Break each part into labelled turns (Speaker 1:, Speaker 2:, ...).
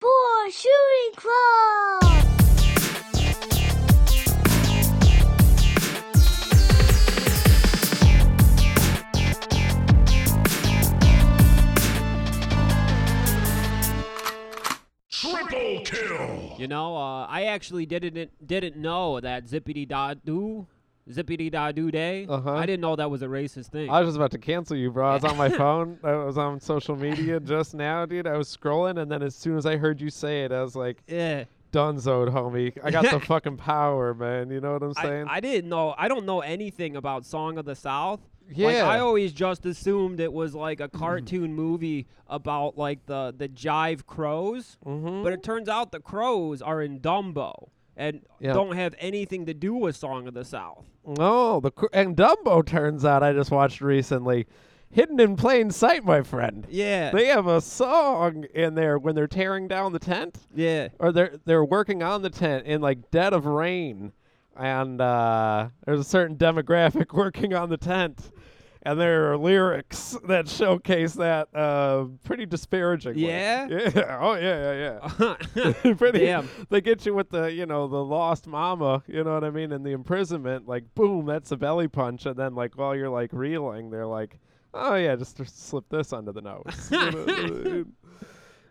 Speaker 1: Star Shooting Club!
Speaker 2: Triple kill!
Speaker 3: You know, uh, I actually didn't didn't know that zippity da doo, zippity da doo day.
Speaker 4: Uh-huh.
Speaker 3: I didn't know that was a racist thing.
Speaker 4: I was just about to cancel you, bro. I was on my phone. I was on social media just now, dude. I was scrolling, and then as soon as I heard you say it, I was like,
Speaker 3: yeah,
Speaker 4: "Dunzoed, homie. I got the fucking power, man. You know what I'm
Speaker 3: I,
Speaker 4: saying?
Speaker 3: I didn't know. I don't know anything about Song of the South. Like,
Speaker 4: Yeah.
Speaker 3: I always just assumed it was like a cartoon movie about like the the jive crows,
Speaker 4: Mhm.
Speaker 3: but it turns out the crows are in Dumbo and
Speaker 4: Yeah.
Speaker 3: don't have anything to do with Song of the South.
Speaker 4: no, Oh, the cr- and Dumbo turns out I just watched recently, hidden in plain sight, my friend.
Speaker 3: Yeah,
Speaker 4: They have a song in there when they're tearing down the tent.
Speaker 3: yeah.
Speaker 4: or they're they're working on the tent in like dead of rain, and uh, there's a certain demographic working on the tent, and there are lyrics that showcase that uh, pretty disparagingly.
Speaker 3: Yeah? Uh-huh.
Speaker 4: Yeah. Oh yeah. Yeah. Yeah. pretty.
Speaker 3: Damn.
Speaker 4: They get you with the you know the lost mama. You know what I mean? And the imprisonment. Like boom, that's a belly punch, and then like while you're like reeling, they're like. Oh yeah, just slip this under the nose. You know what I mean?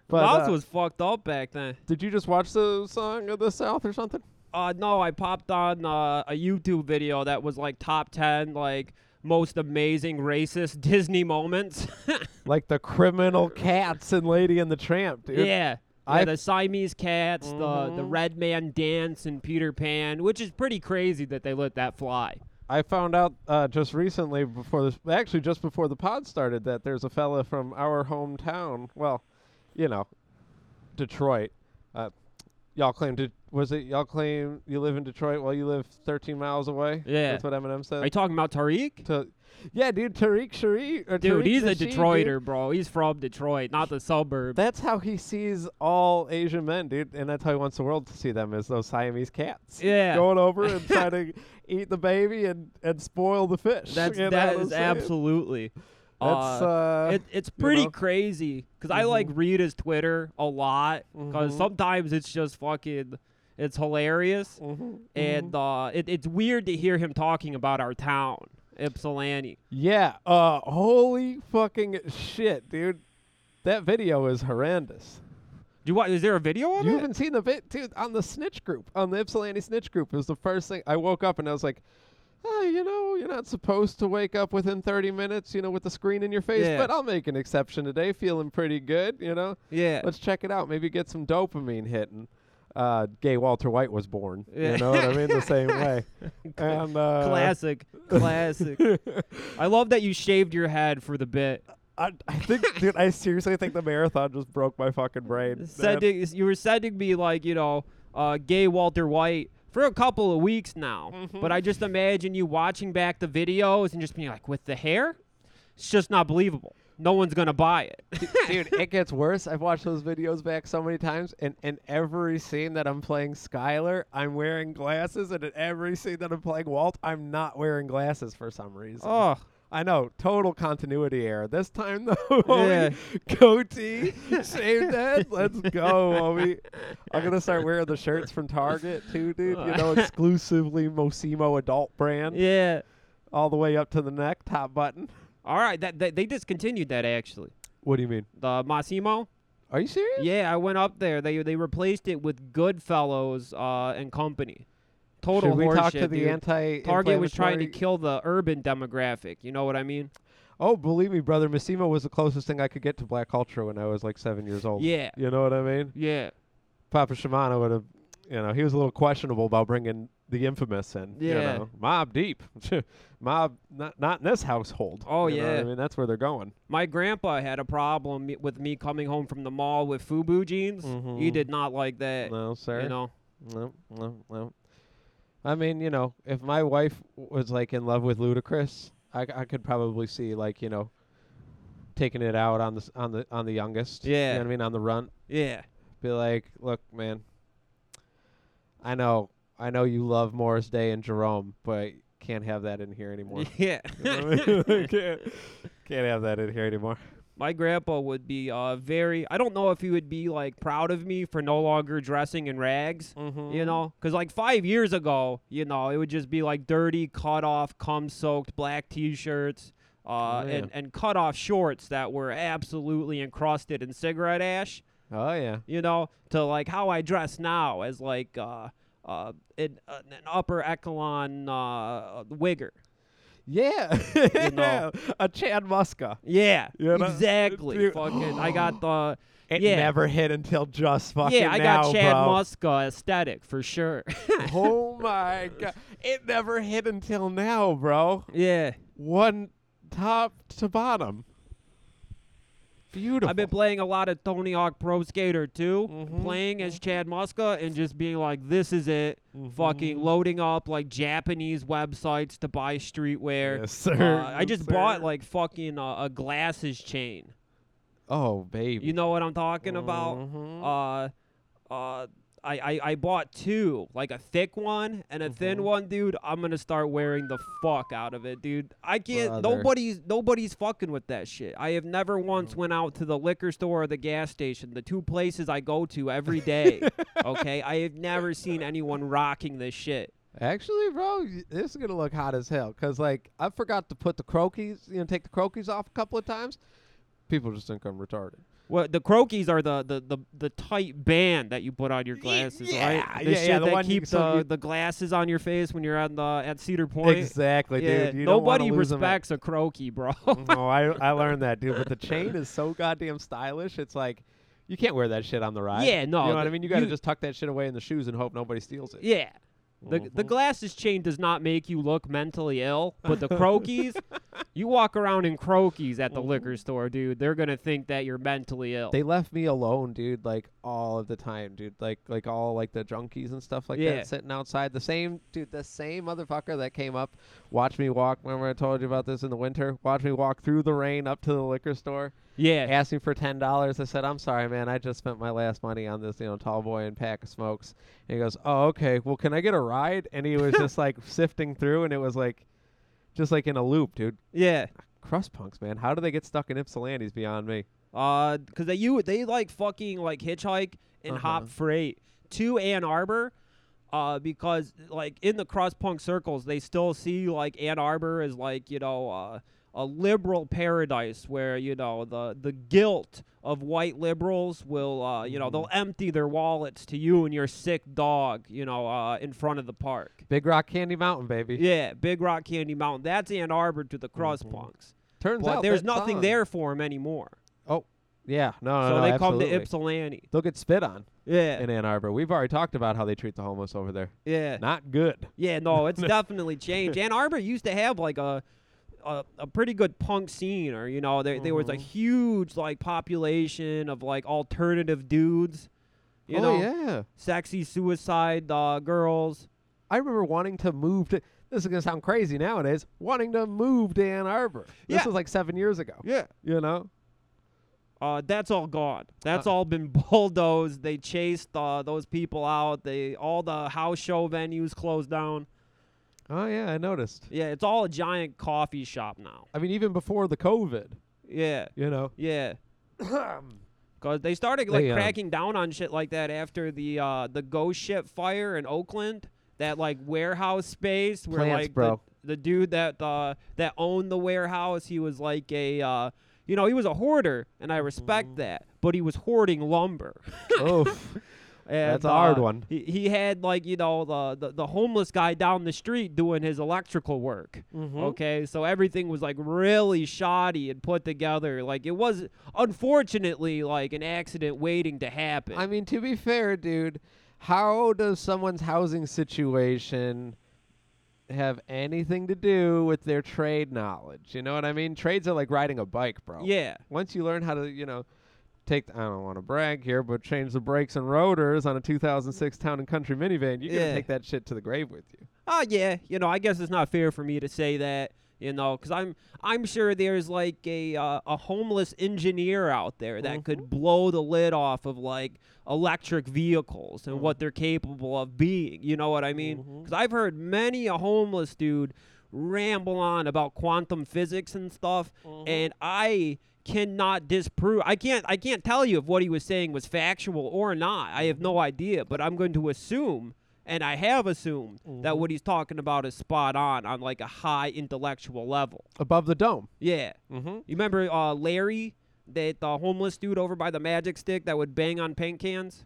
Speaker 4: But,
Speaker 3: Mouse
Speaker 4: uh,
Speaker 3: was fucked up back then.
Speaker 4: did you just watch the song of the South or something?
Speaker 3: Uh, no, I popped on uh, a YouTube video that was like top 10, like most amazing racist Disney moments.
Speaker 4: Like the criminal cats and Lady and the Tramp, dude.
Speaker 3: yeah. Yeah,
Speaker 4: I- Mm-hmm.
Speaker 3: the Siamese cats, the, the Red Man Dance, and Peter Pan, which is pretty crazy that they let that fly.
Speaker 4: I found out uh, just recently before this, actually just before the pod started, that there's a fella from our hometown. Well, you know, Detroit. Uh, y'all claim to was it y'all claim you live in Detroit while you live 13 miles away?
Speaker 3: Yeah.
Speaker 4: that's what Eminem said.
Speaker 3: Are you talking about Tariq?
Speaker 4: To- yeah, dude, Tariq Sharif. or
Speaker 3: Dude,
Speaker 4: Tariq
Speaker 3: he's a
Speaker 4: Nasheed, dude.
Speaker 3: Detroiter, bro. He's from Detroit, not the suburb.
Speaker 4: That's how he sees all Asian men, dude, and that's how he wants the world to see them as those Siamese cats.
Speaker 3: Yeah.
Speaker 4: going over and trying to eat the baby and and spoil the fish.
Speaker 3: That's
Speaker 4: you know
Speaker 3: that
Speaker 4: what I'm
Speaker 3: is
Speaker 4: saying?
Speaker 3: absolutely.
Speaker 4: That's, uh,
Speaker 3: it, it's
Speaker 4: you
Speaker 3: pretty
Speaker 4: know? Mm-hmm.
Speaker 3: crazy because I like read his Twitter a lot because sometimes it's just fucking it's hilarious
Speaker 4: Mm-hmm.
Speaker 3: and uh, it, it's weird to hear him talking about our town Ypsilanti.
Speaker 4: yeah. Uh, holy fucking shit, dude. That video is horrendous.
Speaker 3: Do you want? Is there a video of
Speaker 4: You
Speaker 3: it?
Speaker 4: haven't seen the vid, dude. On the snitch group, on the Ypsilanti snitch group, it was the first thing I woke up and I was like, oh, you know, you're not supposed to wake up within 30 minutes, you know, with the screen in your face.
Speaker 3: Yeah.
Speaker 4: But I'll make an exception today, feeling pretty good, you know.
Speaker 3: Yeah.
Speaker 4: Let's check it out. Maybe get some dopamine hitting. Uh, gay Walter White was born.
Speaker 3: Yeah.
Speaker 4: You know what I mean? The same way. And uh,
Speaker 3: classic, classic. I love that you shaved your head for the bit.
Speaker 4: I, I think, dude, I seriously think the marathon just broke my fucking brain. man.
Speaker 3: Sending, you were sending me like you know, uh, gay Walter White for a couple of weeks now. But I just imagine you watching back the videos and just being like, with the hair, it's just not believable. No one's gonna buy it.
Speaker 4: dude it gets worse i've watched those videos back so many times and in every scene that i'm playing skylar i'm wearing glasses and in every scene that i'm playing walt i'm not wearing glasses for some reason
Speaker 3: oh,
Speaker 4: i know total continuity error this time though homie, goatee shaved head let's go homie i'm gonna start wearing the shirts from target too dude you know exclusively mosimo adult brand
Speaker 3: yeah.
Speaker 4: all the way up to the neck top button
Speaker 3: All right, that, that they discontinued that actually.
Speaker 4: what do you mean
Speaker 3: The Massimo.
Speaker 4: are you serious
Speaker 3: Yeah, I went up there. They they replaced it with Goodfellows uh, and Company. Total
Speaker 4: Should we
Speaker 3: horseshit,
Speaker 4: talk to the
Speaker 3: dude.
Speaker 4: anti
Speaker 3: Target was trying to kill the urban demographic. You know what I mean?
Speaker 4: Oh, believe me, brother, Massimo was the closest thing I could get to black culture when I was like seven years old.
Speaker 3: Yeah.
Speaker 4: You know what I mean?
Speaker 3: Yeah.
Speaker 4: Papa Shimano would have, you know, he was a little questionable about bringing the infamous in.
Speaker 3: Yeah.
Speaker 4: You know, mob deep. mob, not, not in this household.
Speaker 3: Oh,
Speaker 4: You know what
Speaker 3: yeah.
Speaker 4: I mean, that's where they're going.
Speaker 3: My grandpa had a problem me- with me coming home from the mall with FUBU jeans. He
Speaker 4: Mhm.
Speaker 3: did not like that.
Speaker 4: No, sir.
Speaker 3: You know,
Speaker 4: No, no, no. I mean, you know, if my wife was like in love with Ludacris, I, c- I could probably see like you know, taking it out on the s- on the on the youngest. you
Speaker 3: Yeah.
Speaker 4: know what I mean on the runt.
Speaker 3: yeah,
Speaker 4: Be like, look, man. I know, I know you love Morris Day and Jerome, but can't have that in here anymore.
Speaker 3: yeah.
Speaker 4: You know what I mean? can't, can't have that in here anymore.
Speaker 3: My grandpa would be uh, very. I don't know if he would be like proud of me for no longer dressing in rags.
Speaker 4: Mm-hmm.
Speaker 3: You know, because like five years ago, you know, it would just be like dirty, cut off, cum soaked black T-shirts. Uh,
Speaker 4: man.
Speaker 3: and, and cut off shorts that were absolutely encrusted in cigarette ash
Speaker 4: Oh yeah.
Speaker 3: you know, to like how I dress now as like uh, uh, an, an upper echelon uh, wigger.
Speaker 4: Yeah.
Speaker 3: know.
Speaker 4: a Chad Muska.
Speaker 3: Yeah,
Speaker 4: You know?
Speaker 3: exactly.
Speaker 4: Dude.
Speaker 3: Fucking, I got the
Speaker 4: It
Speaker 3: yeah,
Speaker 4: never hit until just fucking
Speaker 3: yeah. I
Speaker 4: now,
Speaker 3: got Chad
Speaker 4: bro.
Speaker 3: Muska aesthetic for sure.
Speaker 4: oh my god. It never hit until now, bro.
Speaker 3: yeah,
Speaker 4: One top to bottom. Beautiful.
Speaker 3: I've been playing a lot of Tony Hawk Pro Skater too,
Speaker 4: Mm-hmm.
Speaker 3: playing as Chad Muska and just being like, "This is it."
Speaker 4: Mm-hmm.
Speaker 3: Fucking loading up like Japanese websites to buy streetwear.
Speaker 4: Yes, sir.
Speaker 3: Uh, I
Speaker 4: Yes,
Speaker 3: just bought
Speaker 4: sir.
Speaker 3: like fucking uh, a glasses chain.
Speaker 4: oh baby.
Speaker 3: You know what I'm talking
Speaker 4: Mhm.
Speaker 3: about?
Speaker 4: Mm-hmm.
Speaker 3: Uh, uh, I, I, I bought two, like a thick one and a
Speaker 4: Mm-hmm.
Speaker 3: thin one, dude. I'm gonna start wearing the fuck out of it, dude. I can't.
Speaker 4: Brother.
Speaker 3: Nobody's nobody's fucking with that shit. I have never once
Speaker 4: Mm.
Speaker 3: went out to the liquor store or the gas station, the two places I go to every day. okay, I have never seen anyone rocking this shit.
Speaker 4: Actually, bro, y- this is gonna look hot as hell. Cause like I forgot to put the croquis, you know, take the croquis off a couple of times. People just think I'm retarded.
Speaker 3: Well, the croquis are the, the, the, the tight band that you put on your glasses,
Speaker 4: yeah,
Speaker 3: right? The
Speaker 4: yeah,
Speaker 3: shit
Speaker 4: yeah, the
Speaker 3: that
Speaker 4: one you-
Speaker 3: keep
Speaker 4: so
Speaker 3: the,
Speaker 4: you-
Speaker 3: the glasses on your face when you're at the at Cedar Point.
Speaker 4: Exactly,
Speaker 3: Yeah,
Speaker 4: dude. You don't wanna
Speaker 3: nobody
Speaker 4: lose 'em at- Mm-hmm.
Speaker 3: respects a croaky, bro.
Speaker 4: no, Oh, I I learned that, dude. But the chain is so goddamn stylish. It's like you can't wear that shit on the ride.
Speaker 3: Yeah, no,
Speaker 4: You know what I
Speaker 3: the-
Speaker 4: mean? You gotta
Speaker 3: you-
Speaker 4: just tuck that shit away in the shoes and hope nobody steals it.
Speaker 3: yeah. The,
Speaker 4: Mm-hmm.
Speaker 3: the glasses chain does not make you look mentally ill, but the croakies, you walk around in croakies at the liquor store, dude. They're gonna think that you're mentally ill.
Speaker 4: Mm-hmm. They left me alone, dude, like all of the time, dude. Like like all like the junkies and stuff like
Speaker 3: Yeah.
Speaker 4: that sitting outside. The same dude, the same motherfucker that came up, watched me walk. Remember I told you about this in the winter? Watched me walk through the rain up to the liquor store,
Speaker 3: yeah,
Speaker 4: asked me for ten dollars. I said, I'm sorry, man, I just spent my last money on this, you know, tall boy and pack of smokes. And he goes, Oh, okay, well can I get a ride? And he was just like sifting through and it was like just like in a loop, dude.
Speaker 3: yeah.
Speaker 4: Crust punks, man. How do they get stuck in Ypsilanti's beyond me?
Speaker 3: Uh, cause they you they like fucking like hitchhike and
Speaker 4: Uh-huh.
Speaker 3: hop freight to Ann Arbor, uh, because like in the cross punk circles they still see like Ann Arbor as like you know uh, a liberal paradise where you know the the guilt of white liberals will uh, you know
Speaker 4: Mm-hmm.
Speaker 3: they'll empty their wallets to you and your sick dog you know uh, in front of the park.
Speaker 4: Big Rock Candy Mountain, baby.
Speaker 3: Yeah, Big Rock Candy Mountain. That's Ann Arbor to the cross punks.
Speaker 4: Mm-hmm. Turns
Speaker 3: But
Speaker 4: out
Speaker 3: there's
Speaker 4: that
Speaker 3: nothing
Speaker 4: song-
Speaker 3: there for them anymore.
Speaker 4: Oh, yeah, no, no,
Speaker 3: So
Speaker 4: Oh, no,
Speaker 3: they
Speaker 4: absolutely.
Speaker 3: come to Ypsilanti.
Speaker 4: They'll get spit on
Speaker 3: Yeah.
Speaker 4: in Ann Arbor. We've already talked about how they treat the homeless over there.
Speaker 3: Yeah. Oh,
Speaker 4: Not good.
Speaker 3: yeah, no, it's definitely changed. Ann Arbor used to have like a a, a pretty good punk scene or you know, there there was a
Speaker 4: Mm-hmm.
Speaker 3: huge like population of like alternative dudes. You
Speaker 4: oh
Speaker 3: know,
Speaker 4: yeah,
Speaker 3: sexy suicide uh, girls.
Speaker 4: I remember wanting to move to. This is gonna sound crazy nowadays. Wanting to move to Ann Arbor. This
Speaker 3: Yeah.
Speaker 4: was like seven years ago.
Speaker 3: Yeah.
Speaker 4: You know,
Speaker 3: Uh, that's all gone. That's
Speaker 4: Uh.
Speaker 3: all been bulldozed. They chased uh, those people out. They all the house show venues closed down.
Speaker 4: Oh yeah, I noticed.
Speaker 3: Yeah, it's all a giant coffee shop now.
Speaker 4: I mean, even before the COVID.
Speaker 3: Yeah.
Speaker 4: You know.
Speaker 3: Yeah. Cause they started like
Speaker 4: They, uh,
Speaker 3: cracking down on shit like that after the uh, the ghost ship fire in Oakland, that like warehouse space where
Speaker 4: Plants,
Speaker 3: like the-
Speaker 4: bro.
Speaker 3: The, dude that uh, that owned the warehouse, he was like a uh, you know he was a hoarder, and I respect that, but he was hoarding lumber.
Speaker 4: Oof.
Speaker 3: And,
Speaker 4: That's a hard
Speaker 3: uh,
Speaker 4: one.
Speaker 3: He, he had like you know the, the the homeless guy down the street doing his electrical work.
Speaker 4: Mm-hmm. Hmm?
Speaker 3: Okay, so everything was like really shoddy and put together. Like it was unfortunately like an accident waiting to happen.
Speaker 4: I mean, to be fair, dude, how does someone's housing situation have anything to do with their trade knowledge? You know what I mean? Trades are like riding a bike, bro.
Speaker 3: yeah,
Speaker 4: Once you learn how to, you know, take, I don't want to brag here, but change the brakes and rotors on a 2006 Town and Country minivan, you're going
Speaker 3: Yeah.
Speaker 4: to take that shit to the grave with you.
Speaker 3: oh yeah. You know, I guess it's not fair for me to say that. You know, because I'm I'm sure there's like a uh, a homeless engineer out there that could blow the lid off of like electric vehicles and what they're capable of being. You know what I mean? Because I've heard many a homeless dude ramble on about quantum physics and stuff, and I cannot disprove. I can't. I can't tell you if what he was saying was factual or not. I have no idea, but I'm going to assume, and I have assumed that what he's talking about is spot on on like a high intellectual level.
Speaker 4: Above the dome.
Speaker 3: Yeah.
Speaker 4: Mm-hmm.
Speaker 3: You remember uh, Larry, that the homeless dude over by the magic stick that would bang on paint cans?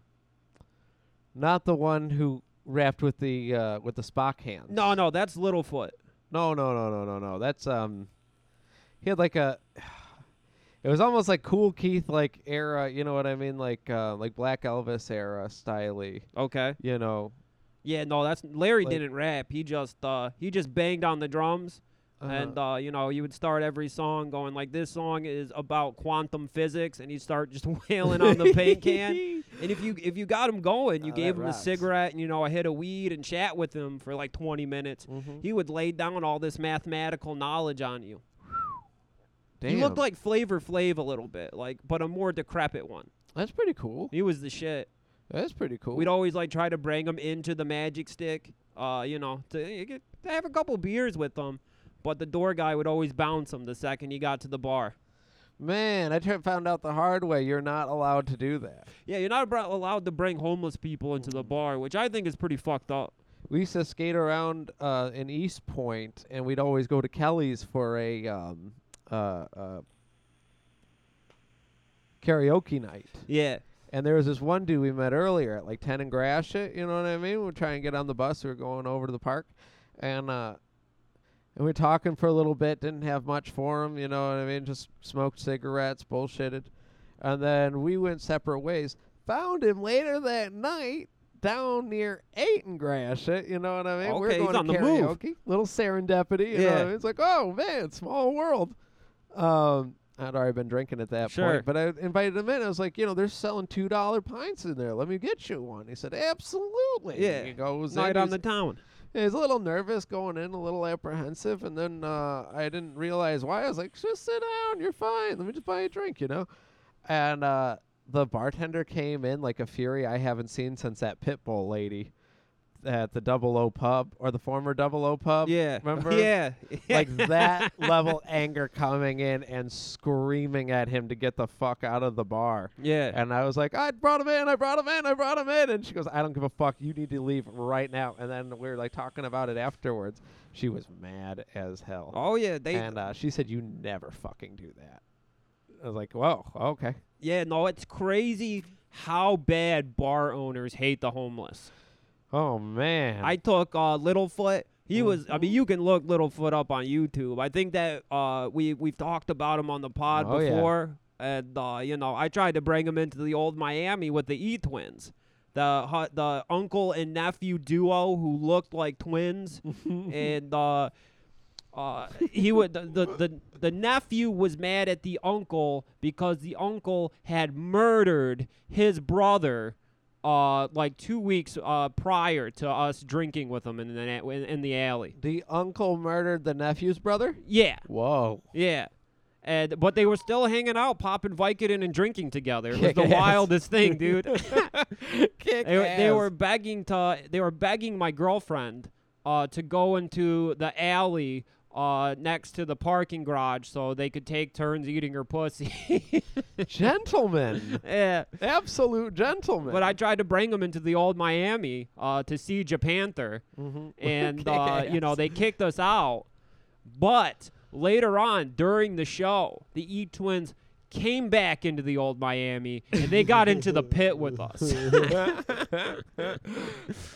Speaker 4: Not the one who rapped with the uh, with the Spock hands.
Speaker 3: No, no, that's Littlefoot.
Speaker 4: No, no, no, no, no, no. That's um, he had like a. It was almost like Cool Keith like era. You know what I mean? Like uh, like Black Elvis era styly.
Speaker 3: Okay.
Speaker 4: You know.
Speaker 3: Yeah, no, that's Larry
Speaker 4: Like-
Speaker 3: didn't rap. He just uh, he just banged on the drums. And uh, you know, you would start every song going like, "This song is about quantum physics," and you start just wailing on the paint can. And if you if you got him going, you
Speaker 4: Oh,
Speaker 3: gave
Speaker 4: that
Speaker 3: him a
Speaker 4: rocks.
Speaker 3: cigarette and you know a hit of weed and chat with him for like 20 minutes.
Speaker 4: Mhm.
Speaker 3: He would lay down all this mathematical knowledge on you.
Speaker 4: Damn.
Speaker 3: He looked like Flavor Flav a little bit, like but a more decrepit one.
Speaker 4: that's pretty cool.
Speaker 3: He was the shit.
Speaker 4: That's pretty cool.
Speaker 3: We'd always like try to bring him into the Magic Stick, uh, you know, to, you get- to have a couple beers with them. But the door guy would always bounce him the second he got to the bar.
Speaker 4: Man, I tr- found out the hard way. You're not allowed to do that.
Speaker 3: Yeah, you're not abro- allowed to bring homeless people into the bar, which I think is pretty fucked up.
Speaker 4: We used to skate around uh, in East Point, and we'd always go to Kelly's for a um, uh, uh, karaoke night.
Speaker 3: Yeah,
Speaker 4: And there was this one dude we met earlier at like 10 and Gratiot, you know what I mean? We were trying to get on the bus, we were going over to the park. And uh and we were talking for a little bit, didn't have much for him, you know what I mean? Just smoked cigarettes, bullshitted. And then we went separate ways. Found him later that night down near 8 and Gratiot, you know what I mean?
Speaker 3: Okay,
Speaker 4: we were
Speaker 3: he's
Speaker 4: going
Speaker 3: on
Speaker 4: to
Speaker 3: the move.
Speaker 4: karaoke. Little serendipity, you know what I
Speaker 3: Yeah.
Speaker 4: mean? It's like, oh man, small world. Um, I'd already been drinking at that
Speaker 3: Sure.
Speaker 4: point, but I invited him in. I was like, you know, they're selling two dollar pints in there. Let me get you one. He said, absolutely.
Speaker 3: Yeah.
Speaker 4: He goes
Speaker 3: night
Speaker 4: in,
Speaker 3: on
Speaker 4: he's-
Speaker 3: the town.
Speaker 4: he was a little nervous going in, a little apprehensive, and then uh, I didn't realize why. I was like, just sit down, you're fine. Let me just buy you a drink, you know. And uh, the bartender came in like a fury I haven't seen since that pit bull lady at the Double O Pub or the former Double O Pub.
Speaker 3: Yeah,
Speaker 4: remember?
Speaker 3: Yeah,
Speaker 4: like that level anger coming in and screaming at him to get the fuck out of the bar.
Speaker 3: yeah.
Speaker 4: And I was like, I brought him in, I brought him in, I brought him in. And she goes, I don't give a fuck. You need to leave right now. And then we were like talking about it afterwards. She was mad as hell.
Speaker 3: Oh yeah, they
Speaker 4: and uh, she said, You never fucking do that. I was like, Whoa, okay.
Speaker 3: yeah. No, it's crazy how bad bar owners hate the homeless.
Speaker 4: Oh, man.
Speaker 3: I took uh, Littlefoot. He was. I mean, you can look Littlefoot up on YouTube. I think that uh, we we've talked about him on the pod
Speaker 4: Oh, yeah.
Speaker 3: before, and uh, you know, I tried to bring him into the old Miami with the E twins, the hu- the uncle and nephew duo who looked like twins, and. Uh, uh, he would the, the the the nephew was mad at the uncle because the uncle had murdered his brother uh like two weeks uh prior to us drinking with him in the na- in, in the alley
Speaker 4: the uncle murdered the nephew's brother?
Speaker 3: yeah
Speaker 4: Whoa.
Speaker 3: yeah and but they were still hanging out popping Vicodin and drinking together it was the
Speaker 4: Kick ass.
Speaker 3: wildest thing dude
Speaker 4: Kick
Speaker 3: they, were- they
Speaker 4: ass.
Speaker 3: were begging to they were begging my girlfriend uh, to go into the alley uh, next to the parking garage so they could take turns eating her pussy.
Speaker 4: gentlemen.
Speaker 3: yeah.
Speaker 4: Absolute gentlemen.
Speaker 3: But I tried to bring them into the old Miami uh, to see Japanther, and uh, you know they kicked us out. But later on during the show, the E Twins came back into the old Miami and they got into the pit with us.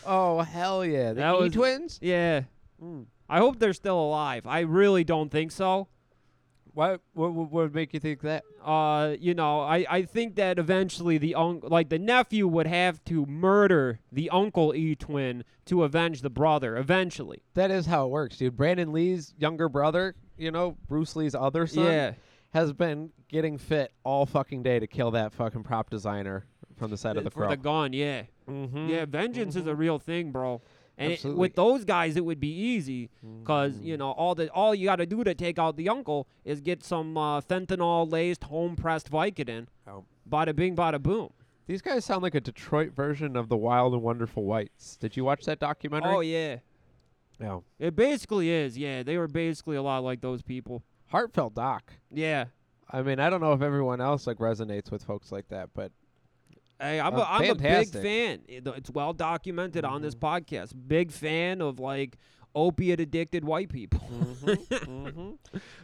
Speaker 4: Oh hell yeah!
Speaker 3: That
Speaker 4: The
Speaker 3: was-
Speaker 4: E twins.
Speaker 3: Yeah. I hope they're still alive. I really don't think so.
Speaker 4: What, what what would make you think that?
Speaker 3: Uh, you know, I, I think that eventually the un- like the nephew would have to murder the uncle E twin to avenge the brother eventually.
Speaker 4: That is how it works, dude. Brandon Lee's younger brother, you know, Bruce Lee's other son,
Speaker 3: Yeah.
Speaker 4: has been getting fit all fucking day to kill that fucking prop designer from the side of the
Speaker 3: for
Speaker 4: crow.
Speaker 3: the gun, yeah.
Speaker 4: Mhm.
Speaker 3: Yeah, vengeance is a real thing, bro. And it,
Speaker 4: Absolutely. Mm.
Speaker 3: with those guys, it would be easy because you know all the all you got to do to take out the uncle is get some uh, fentanyl laced home pressed Vicodin.
Speaker 4: Oh.
Speaker 3: Bada bing, bada boom.
Speaker 4: These guys sound like a Detroit version of the Wild and Wonderful Whites. Did you watch that documentary?
Speaker 3: Oh yeah.
Speaker 4: No.
Speaker 3: It basically is, yeah. They were basically a lot like those people.
Speaker 4: Heartfelt doc.
Speaker 3: Yeah.
Speaker 4: I mean, I don't know if everyone else like resonates with folks like that, but
Speaker 3: Hey, I'm,
Speaker 4: Uh,
Speaker 3: a, I'm a big
Speaker 4: fantastic.
Speaker 3: fan. It- It's well documented on this podcast. Big fan of like opiate addicted white people.
Speaker 4: we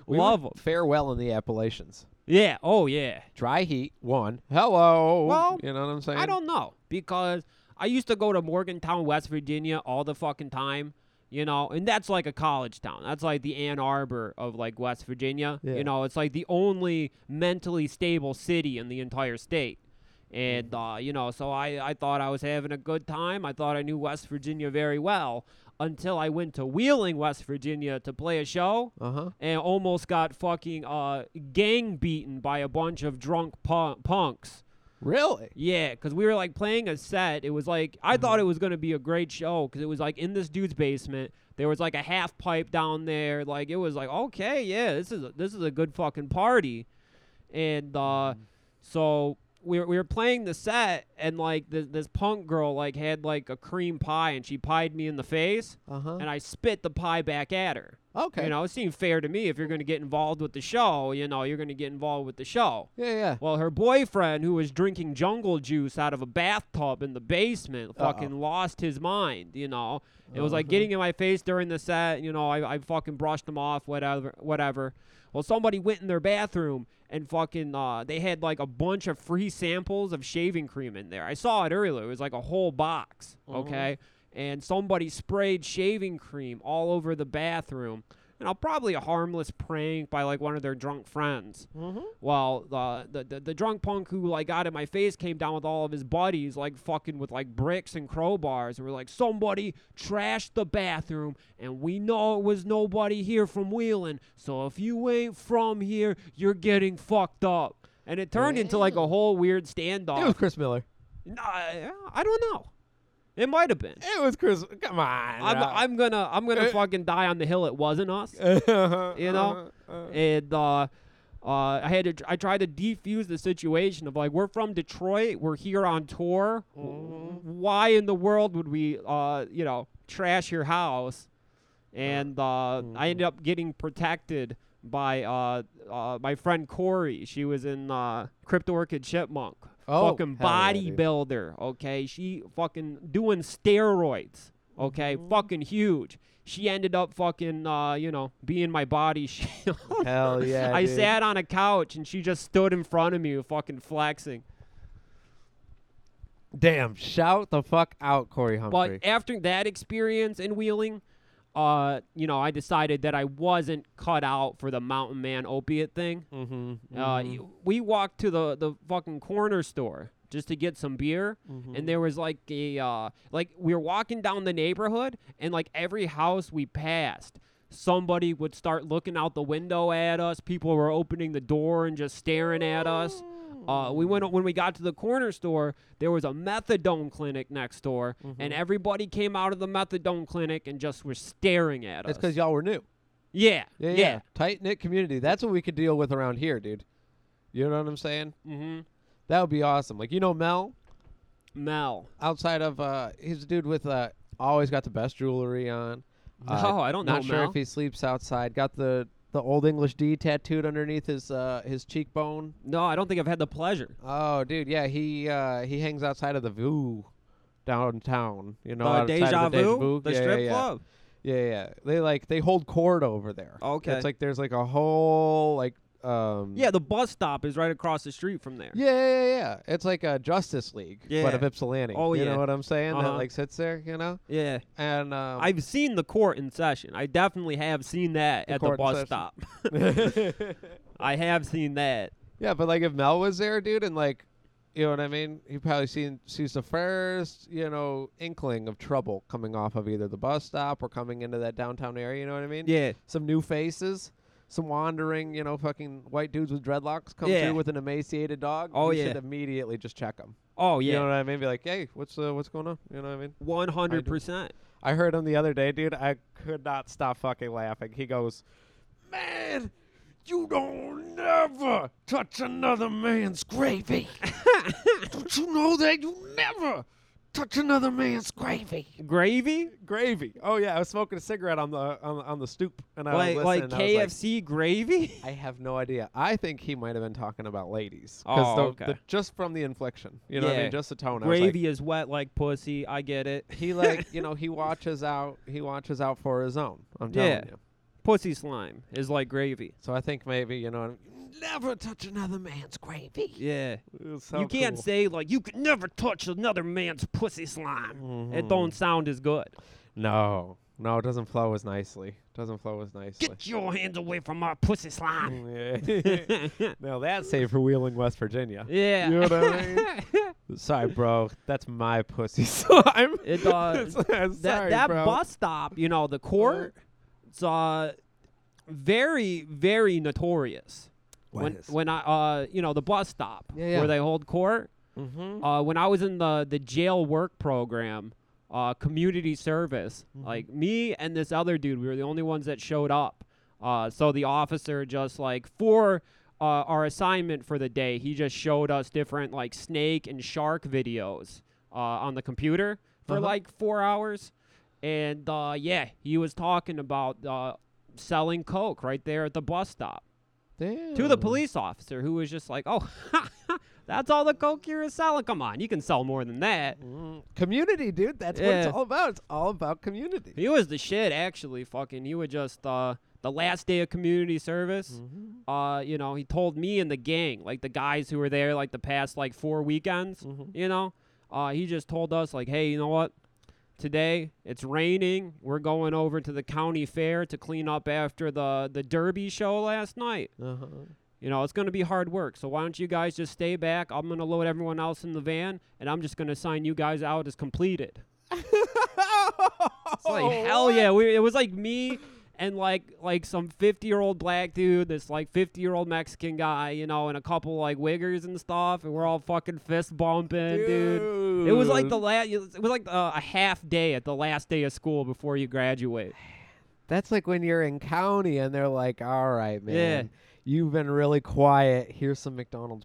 Speaker 4: were-
Speaker 3: Love 'em.
Speaker 4: Farewell in the Appalachians.
Speaker 3: Yeah. Oh yeah.
Speaker 4: Dry heat one. Hello.
Speaker 3: Well,
Speaker 4: you know what I'm saying?
Speaker 3: I don't know because I used to go to Morgantown, West Virginia, all the fucking time. You know, and that's like a college town. That's like the Ann Arbor of like West Virginia.
Speaker 4: Yeah.
Speaker 3: You know, it's like the only mentally stable city in the entire state. And
Speaker 4: Mm.
Speaker 3: uh, you know, so I, I thought I was having a good time. I thought I knew West Virginia very well until I went to Wheeling, West Virginia, to play a show
Speaker 4: Uh huh.
Speaker 3: and almost got fucking uh, gang beaten by a bunch of drunk punk- punks.
Speaker 4: Really?
Speaker 3: Yeah, because we were like playing a set. It was like I thought it was gonna be a great show because it was like in this dude's basement. There was like a half pipe down there. Like it was like okay, yeah, this is a, this is a good fucking party, and uh, so we were, we were playing the set and like this this punk girl like had like a cream pie and she pied me in the face
Speaker 4: Uh huh.
Speaker 3: and I spit the pie back at her.
Speaker 4: Okay.
Speaker 3: You know, it seemed fair to me if you're gonna get involved with the show. You know, you're gonna get involved with the show.
Speaker 4: Yeah, yeah.
Speaker 3: Well, her boyfriend, who was drinking jungle juice out of a bathtub in the basement,
Speaker 4: Uh-oh. Uh-huh.
Speaker 3: fucking lost his mind. You know, it was like getting in my face during the set. You know, I, I fucking brushed him off, whatever, whatever. Well, somebody went in their bathroom and fucking uh, they had like a bunch of free samples of shaving cream in there. I saw it earlier. It was like a whole box.
Speaker 4: Uh-huh.
Speaker 3: Okay. And somebody sprayed shaving cream all over the bathroom. You know, probably a harmless prank by like one of their drunk friends. Well, uh, the, the the drunk punk who like got in my face came down with all of his buddies, like fucking with like bricks and crowbars, and were like, somebody trashed the bathroom, and we know it was nobody here from Wheeling. So if you ain't from here, you're getting fucked up. And it turned into like a whole weird
Speaker 4: It was
Speaker 3: standoff.
Speaker 4: Chris Miller.
Speaker 3: Nah, I, I don't know. It might have been.
Speaker 4: It was Chris. Come on.
Speaker 3: I'm, I'm gonna I'm gonna fucking die on the hill. It wasn't us.
Speaker 4: I'm.
Speaker 3: you know
Speaker 4: uh-huh,
Speaker 3: and uh uh, I had to. tr- I tried to defuse the situation of like we're from Detroit, we're here on tour.
Speaker 4: Mm-hmm.
Speaker 3: W- Why in the world would we, uh, you know, trash your house? And uh, I
Speaker 4: Mm-hmm.
Speaker 3: ended up getting protected by uh, uh, my friend Corey. She was in uh, Crypto Orchid Chipmunk,
Speaker 4: Oh,
Speaker 3: fucking
Speaker 4: hell yeah, dude.
Speaker 3: bodybuilder. okay, she fucking doing steroids. Okay,
Speaker 4: Mm-hmm.
Speaker 3: fucking huge. She ended up fucking, uh, you know, being my body shield.
Speaker 4: Hell yeah.
Speaker 3: I
Speaker 4: dude.
Speaker 3: sat on a couch and she just stood in front of me, fucking flexing.
Speaker 4: Damn. Shout the fuck out, Corey Humphrey.
Speaker 3: But after that experience in Wheeling, uh, you know, I decided that I wasn't cut out for the mountain man opiate thing.
Speaker 4: mm-hmm.
Speaker 3: Uh, y- we walked to the the fucking corner store just to get some beer,
Speaker 4: Mm-hmm.
Speaker 3: and there was like a uh, like we were walking down the neighborhood, and like every house we passed. Somebody would start looking out the window at us. People were opening the door and just staring at us.
Speaker 4: mm-hmm.
Speaker 3: Uh, we went when we got to the corner store. There was a methadone clinic next door,
Speaker 4: Mm-hmm.
Speaker 3: and everybody came out of the methadone clinic and just were staring at
Speaker 4: It's
Speaker 3: us.
Speaker 4: because y'all were new.
Speaker 3: yeah,
Speaker 4: Yeah, yeah.
Speaker 3: yeah.
Speaker 4: Tight knit community. That's what we could deal with around here, dude. You know what I'm saying?
Speaker 3: hmm
Speaker 4: That would be awesome. Like you know Mel,
Speaker 3: Mel.
Speaker 4: outside of uh, he's a dude with uh, always got the best jewelry on. Uh,
Speaker 3: No, I don't know
Speaker 4: Not sure
Speaker 3: Mel.
Speaker 4: if he sleeps outside. Got the the old English D tattooed underneath his uh, his cheekbone.
Speaker 3: No, I don't think I've had the pleasure.
Speaker 4: Oh, dude, yeah, he uh, he hangs outside of the Voo downtown. You know,
Speaker 3: The
Speaker 4: outside
Speaker 3: Uh, Deja
Speaker 4: of the Deja
Speaker 3: Vu,
Speaker 4: Vu.
Speaker 3: the
Speaker 4: yeah,
Speaker 3: strip
Speaker 4: yeah, yeah.
Speaker 3: club.
Speaker 4: Yeah, yeah, yeah. They like they hold court over there.
Speaker 3: Okay.
Speaker 4: It's like there's like a whole like um
Speaker 3: Yeah, the bus stop is right across the street from there.
Speaker 4: Yeah, yeah, yeah, yeah. It's like a Justice League, but
Speaker 3: Yeah.
Speaker 4: of Ypsilanti.
Speaker 3: Oh,
Speaker 4: you
Speaker 3: yeah.
Speaker 4: know what I'm saying? That
Speaker 3: Uh-huh.
Speaker 4: like sits there, you know.
Speaker 3: Yeah.
Speaker 4: And um,
Speaker 3: I've seen the court in session. I definitely have seen that at the
Speaker 4: court in
Speaker 3: bus
Speaker 4: session.
Speaker 3: stop. I have seen that.
Speaker 4: yeah, but like if Mel was there, dude, and like, you know what I mean? He probably seen sees the first, you know, inkling of trouble coming off of either the bus stop or coming into that downtown area. You know what I mean?
Speaker 3: Yeah.
Speaker 4: Some new faces. Some wandering, you know, fucking white dudes with dreadlocks come
Speaker 3: Yeah.
Speaker 4: through with an emaciated dog.
Speaker 3: Oh,
Speaker 4: you
Speaker 3: yeah.
Speaker 4: should immediately just check them.
Speaker 3: Oh
Speaker 4: You know
Speaker 3: yeah.
Speaker 4: what I mean? Be like, hey, what's uh, what's going on? You know what I mean?
Speaker 3: One hundred percent.
Speaker 4: I heard him the other day, dude. I could not stop fucking laughing. He goes,
Speaker 2: Man, you don't never touch another man's gravy. don't you know that? You never touch another man's gravy.
Speaker 3: Gravy?
Speaker 4: Gravy. Oh yeah, I was smoking a cigarette on the on, the- on the stoop, and Uh, I
Speaker 3: Like
Speaker 4: was
Speaker 3: like
Speaker 4: listening, and I was
Speaker 3: KFC gravy?
Speaker 4: I have no idea. I think he might have been talking about ladies. 'cause
Speaker 3: Oh,
Speaker 4: the-
Speaker 3: okay.
Speaker 4: the- just from the inflection, you know what I
Speaker 3: Yeah.
Speaker 4: mean? Just the tone. I was like,
Speaker 3: gravy is wet like pussy. I get it.
Speaker 4: he like, you know, he watches out. He watches out for his own. I'm telling
Speaker 3: Yeah.
Speaker 4: you.
Speaker 3: pussy slime is like gravy.
Speaker 4: So I think maybe you know.
Speaker 2: Never touch another man's gravy.
Speaker 3: Yeah.
Speaker 4: It's
Speaker 3: you can't say like you can never touch another man's pussy slime.
Speaker 4: Mm-hmm.
Speaker 3: It don't sound as good.
Speaker 4: No, no, it doesn't flow as nicely. Doesn't flow as nicely.
Speaker 3: Get your hands away from my pussy slime.
Speaker 4: Yeah. now that's safe for Wheeling, West Virginia.
Speaker 3: Yeah.
Speaker 4: You know what I Sorry, bro. That's my pussy slime.
Speaker 3: It does.
Speaker 4: Sorry,
Speaker 3: that that
Speaker 4: bro. Uh-huh.
Speaker 3: bus stop, you know, the court, it's uh, very very notorious.
Speaker 4: What
Speaker 3: when
Speaker 4: is?
Speaker 3: when I uh you know the bus stop
Speaker 4: Yeah, yeah.
Speaker 3: where they hold court.
Speaker 4: Mhm.
Speaker 3: Uh, when I was in the the jail work program, uh, community service, like me and this other dude, we were the only ones that showed up. Uh, so the officer just like for uh, our assignment for the day, he just showed us different like snake and shark videos uh, on the computer for
Speaker 4: Uh-huh.
Speaker 3: like four hours, and uh, yeah, he was talking about uh, selling coke right there at the bus stop to the
Speaker 4: Damn.
Speaker 3: police officer who was just like, "Oh, that's all the coke you're selling. Come on, you can sell more than that."
Speaker 4: Mm. Community, dude. That's what
Speaker 3: Yeah.
Speaker 4: it's all about. It's all about community.
Speaker 3: He was the shit, actually. Fucking, he would just uh, the last day of community service.
Speaker 4: Mm. Mm-hmm.
Speaker 3: Uh, you know, he told me and the gang, like the guys who were there, like the past like four weekends. You know, uh, he just told us like, "Hey, you know what? Today it's raining. We're going over to the county fair to clean up after the the derby show last night."
Speaker 4: Uh-huh.
Speaker 3: You know, it's going to be hard work. So why don't you guys just stay back? I'm going to load everyone else in the van, and I'm just going to sign you guys out as completed. It's like hell yeah! We, it was like me and like like some 50 year old black dude, this like 50 year old Mexican guy, you know, and a couple like wiggers and stuff, and we're all fucking fist bumping, dude. It was like the last. It was like uh, a half day at the last day of school before you graduate.
Speaker 4: That's like when you're in county and they're like, "All right,
Speaker 3: Yeah.
Speaker 4: man, you've been really quiet. Here's some McDonald's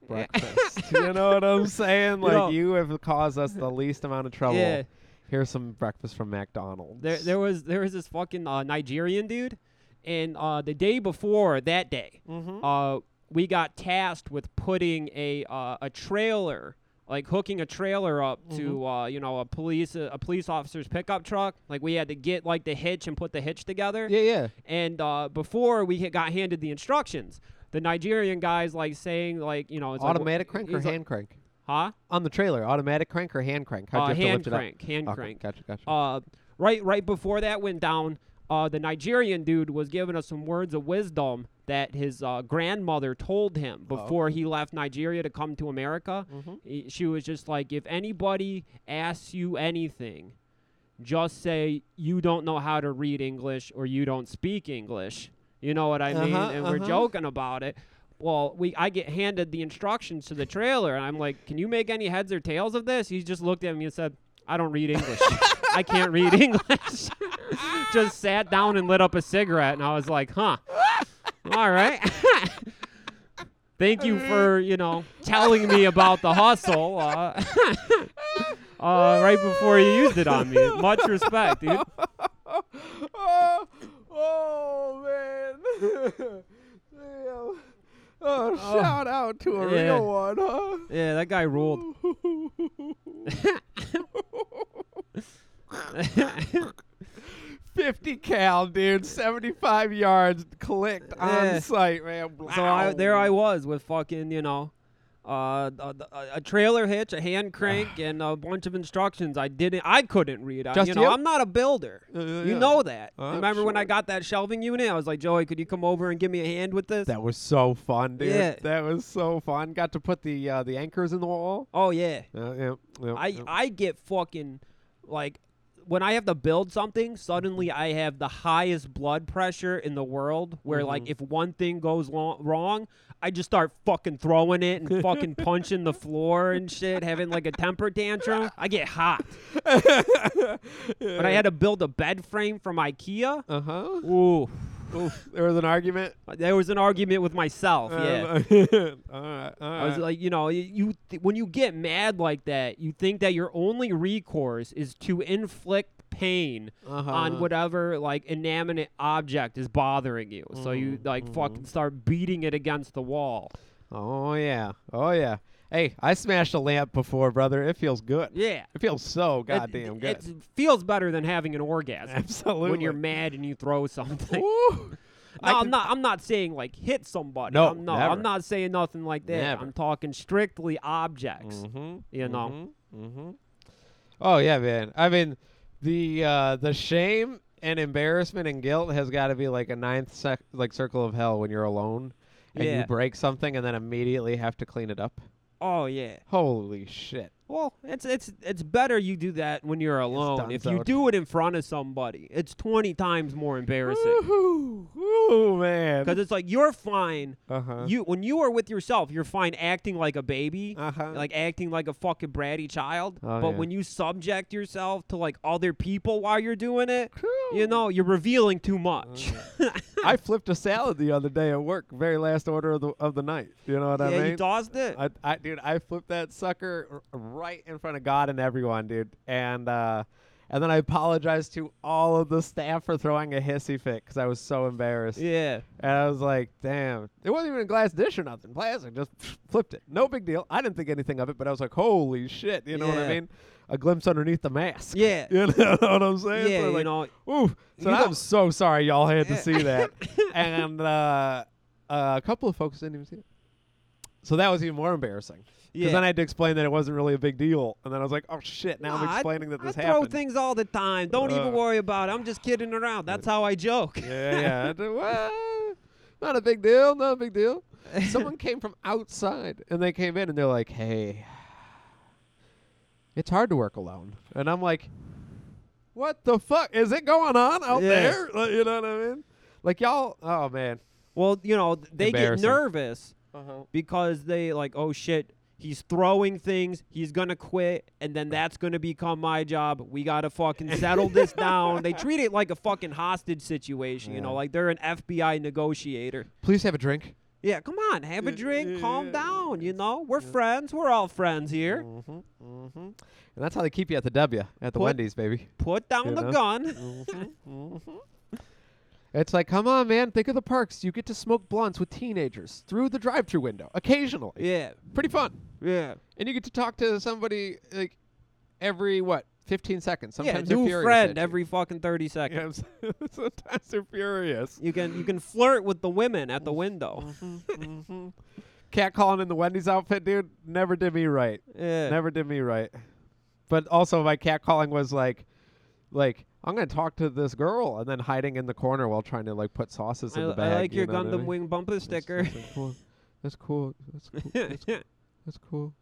Speaker 4: breakfast." you know what I'm saying? Like
Speaker 3: know-
Speaker 4: you have caused us the least amount of trouble.
Speaker 3: Yeah.
Speaker 4: Here's some breakfast from McDonald's.
Speaker 3: There, there was there was this fucking uh, Nigerian dude, and uh, the day before that day,
Speaker 4: Mm-hmm.
Speaker 3: uh, we got tasked with putting a uh, a trailer, like hooking a trailer up
Speaker 4: Mm-hmm.
Speaker 3: to uh, you know a police a police officer's pickup truck. Like we had to get like the hitch and put the hitch together.
Speaker 4: yeah, yeah.
Speaker 3: And uh, before we had got handed the instructions, the Nigerian guy's like saying like you know it's like, wh-
Speaker 4: automatic crank or
Speaker 3: he's like-
Speaker 4: hand crank?
Speaker 3: huh?
Speaker 4: On the trailer, automatic crank or hand crank? How'd
Speaker 3: Uh,
Speaker 4: you have
Speaker 3: hand
Speaker 4: to lift
Speaker 3: crank,
Speaker 4: it up?
Speaker 3: hand
Speaker 4: Okay,
Speaker 3: crank.
Speaker 4: Gotcha, gotcha.
Speaker 3: uh, right right before that went down, uh, the Nigerian dude was giving us some words of wisdom that his uh, grandmother told him before he left Nigeria to come to America. He- she was just like, if anybody asks you anything, just say you don't know how to read English or you don't speak English. You know what I mean?
Speaker 4: Uh-huh,
Speaker 3: And we're
Speaker 4: uh-huh.
Speaker 3: joking about it. Well, we I get handed the instructions to the trailer, and I'm like, "Can you make any heads or tails of this?" He just looked at me and said, "I don't read English. I can't read English." just sat down and lit up a cigarette, and I was like, "Huh, all right." Thank you for you know telling me about the hustle. Uh, uh, right before you used it on me. Much respect, dude. Uh,
Speaker 4: oh, oh man. Damn. Oh, shout out to a
Speaker 3: Uh, yeah.
Speaker 4: real one, huh?
Speaker 3: Yeah, that guy ruled.
Speaker 4: Fifty cal, dude, seventy-five yards clicked
Speaker 3: Yeah.
Speaker 4: on site, man.
Speaker 3: so I, there I
Speaker 4: Wow.
Speaker 3: was with fucking, you know, uh, a, a- a trailer hitch, a hand crank, and a bunch of instructions I didn't, I couldn't read. I,
Speaker 4: Just
Speaker 3: you know,
Speaker 4: you?
Speaker 3: I'm not a builder.
Speaker 4: Yeah, yeah,
Speaker 3: You
Speaker 4: yeah.
Speaker 3: know that.
Speaker 4: I'm
Speaker 3: Remember when I
Speaker 4: sure.
Speaker 3: got that shelving unit? I was like, Joey, could you come over and give me a hand with this?
Speaker 4: That was so fun, dude.
Speaker 3: Yeah.
Speaker 4: That was so fun. Got to put the uh, the anchors in the wall.
Speaker 3: oh yeah.
Speaker 4: Uh, yeah, yeah,
Speaker 3: I
Speaker 4: yeah.
Speaker 3: I get fucking like when I have to build something, suddenly I have the highest blood pressure in the world. Where like if one thing goes lo- wrong, I just start fucking throwing it and fucking punching the floor and shit, having like a temper tantrum. I get hot. When I had to build a bed frame from IKEA,
Speaker 4: uh huh.
Speaker 3: ooh,
Speaker 4: there was an argument.
Speaker 3: There was an argument with
Speaker 4: Uh,
Speaker 3: myself. yeah.
Speaker 4: Um, all right, all
Speaker 3: I was
Speaker 4: right.
Speaker 3: like, you know, y- you th- when you get mad like that, you think that your only recourse is to inflict pain on
Speaker 4: Uh-huh.
Speaker 3: whatever like inanimate object is bothering you. So you
Speaker 4: Mm-hmm,
Speaker 3: like fucking start beating it against the wall.
Speaker 4: oh yeah, oh yeah. Hey, I smashed a lamp before, brother. It feels good.
Speaker 3: Yeah.
Speaker 4: It feels so goddamn
Speaker 3: it,
Speaker 4: good.
Speaker 3: It feels better than having an orgasm.
Speaker 4: Absolutely.
Speaker 3: When you're mad and you throw something.
Speaker 4: Woo! I
Speaker 3: No, I'm
Speaker 4: could-
Speaker 3: not. I'm not saying like hit somebody.
Speaker 4: No,
Speaker 3: I'm not.
Speaker 4: never.
Speaker 3: I'm not saying nothing like that.
Speaker 4: Never.
Speaker 3: I'm talking strictly objects.
Speaker 4: Mhm,
Speaker 3: You know.
Speaker 4: mhm, mhm. Oh yeah, man. I mean, the uh, the shame and embarrassment and guilt has got to be like a ninth sec- like circle of hell when you're alone and you
Speaker 3: Yeah.
Speaker 4: break something and then immediately have to clean it up.
Speaker 3: Oh yeah.
Speaker 4: Holy shit.
Speaker 3: Well, it's it's it's better you do that when you're alone. If you
Speaker 4: donezo.
Speaker 3: do it in front of somebody, it's twenty times more embarrassing.
Speaker 4: Woohoo! Woo,
Speaker 3: Because
Speaker 4: man.
Speaker 3: it's like you're fine.
Speaker 4: Uh-huh.
Speaker 3: You when you are with yourself, you're fine acting like a baby,
Speaker 4: Uh-huh.
Speaker 3: like acting like a fucking bratty child.
Speaker 4: Oh,
Speaker 3: but
Speaker 4: yeah.
Speaker 3: when you subject yourself to like other people while you're doing it, you know you're revealing
Speaker 4: Oh,
Speaker 3: too much.
Speaker 4: I flipped a salad the other day at work, very last order of the of the night. You know what I
Speaker 3: yeah,
Speaker 4: mean?
Speaker 3: you tossed it.
Speaker 4: I, I, dude, I flipped that sucker r- right in front of God and everyone, dude. And uh, and then I apologized to all of the staff for throwing a hissy fit because I was so embarrassed.
Speaker 3: yeah.
Speaker 4: And I was like, damn, it wasn't even a glass dish or nothing, plastic. Just flipped it, no big deal. I didn't think anything of it, but I was like, holy shit, you know what I
Speaker 3: Yeah.
Speaker 4: mean? A glimpse underneath the mask.
Speaker 3: Yeah.
Speaker 4: you know what I'm saying?
Speaker 3: Yeah,
Speaker 4: so
Speaker 3: you
Speaker 4: like,
Speaker 3: know.
Speaker 4: Ooh, so
Speaker 3: You
Speaker 4: now
Speaker 3: know-
Speaker 4: I'm so sorry y'all had to
Speaker 3: Yeah.
Speaker 4: see that. and uh, uh, a couple of folks didn't even see it. So that was even more embarrassing. Because
Speaker 3: Yeah.
Speaker 4: then I had to explain that it wasn't really a big deal. And then I was like, oh shit, now I'm
Speaker 3: Nah, I-
Speaker 4: explaining that
Speaker 3: I
Speaker 4: this
Speaker 3: throw
Speaker 4: happened.
Speaker 3: things all the time. Don't
Speaker 4: Uh.
Speaker 3: even worry about it. I'm just kidding around. That's how I joke.
Speaker 4: yeah, yeah. I did, "Well, not a big deal, not a big deal. Someone came from outside and they came in and they're like, hey, it's hard to work alone. And I'm like, what the fuck? Is it going on out
Speaker 3: Yeah.
Speaker 4: there? Like, you know what I mean? Like, y'all, oh man.
Speaker 3: Well, you know, th- they get
Speaker 4: Embarrassing.
Speaker 3: nervous
Speaker 4: Uh-huh.
Speaker 3: because they like, oh shit, he's throwing things, he's gonna quit, and then that's gonna become my job. We gotta fucking settle this down. They treat it like a fucking hostage situation, you know,
Speaker 4: Yeah.
Speaker 3: like they're an FBI negotiator.
Speaker 4: Please have a drink.
Speaker 3: Yeah, come on, have a
Speaker 4: Yeah,
Speaker 3: drink,
Speaker 4: yeah,
Speaker 3: calm
Speaker 4: yeah.
Speaker 3: down, you know. We're friends, we're all friends here.
Speaker 4: Mm-hmm, mm-hmm. And that's how they keep you at the W, at the
Speaker 3: Put-
Speaker 4: Wendy's, baby.
Speaker 3: Put down
Speaker 4: You
Speaker 3: the
Speaker 4: know?
Speaker 3: gun.
Speaker 4: Mm-hmm. It's like, come on, man, think of the parks. You get to smoke blunts with teenagers through the drive-through window occasionally.
Speaker 3: yeah,
Speaker 4: Pretty fun.
Speaker 3: yeah.
Speaker 4: And you get to talk to somebody like every what, 15 seconds.
Speaker 3: Yeah,
Speaker 4: Sometimes they're
Speaker 3: new
Speaker 4: furious at
Speaker 3: friend
Speaker 4: you.
Speaker 3: every fucking thirty seconds.
Speaker 4: Yeah, I'm s- sometimes they're furious.
Speaker 3: You can you can flirt with the women at the window.
Speaker 4: Mm-hmm, Cat calling in the Wendy's outfit, dude, never did me right.
Speaker 3: Yeah.
Speaker 4: Never did me right. But also my cat calling was like like I'm gonna talk to this girl and then hiding in the corner while trying to like put sauces
Speaker 3: I,
Speaker 4: in the
Speaker 3: I
Speaker 4: bag.
Speaker 3: like
Speaker 4: you
Speaker 3: your
Speaker 4: know what I
Speaker 3: Gundam
Speaker 4: mean?
Speaker 3: Wing bumper
Speaker 4: That's-
Speaker 3: sticker.
Speaker 4: That's, like, cool. That's cool. That's cool. That's, that's cool.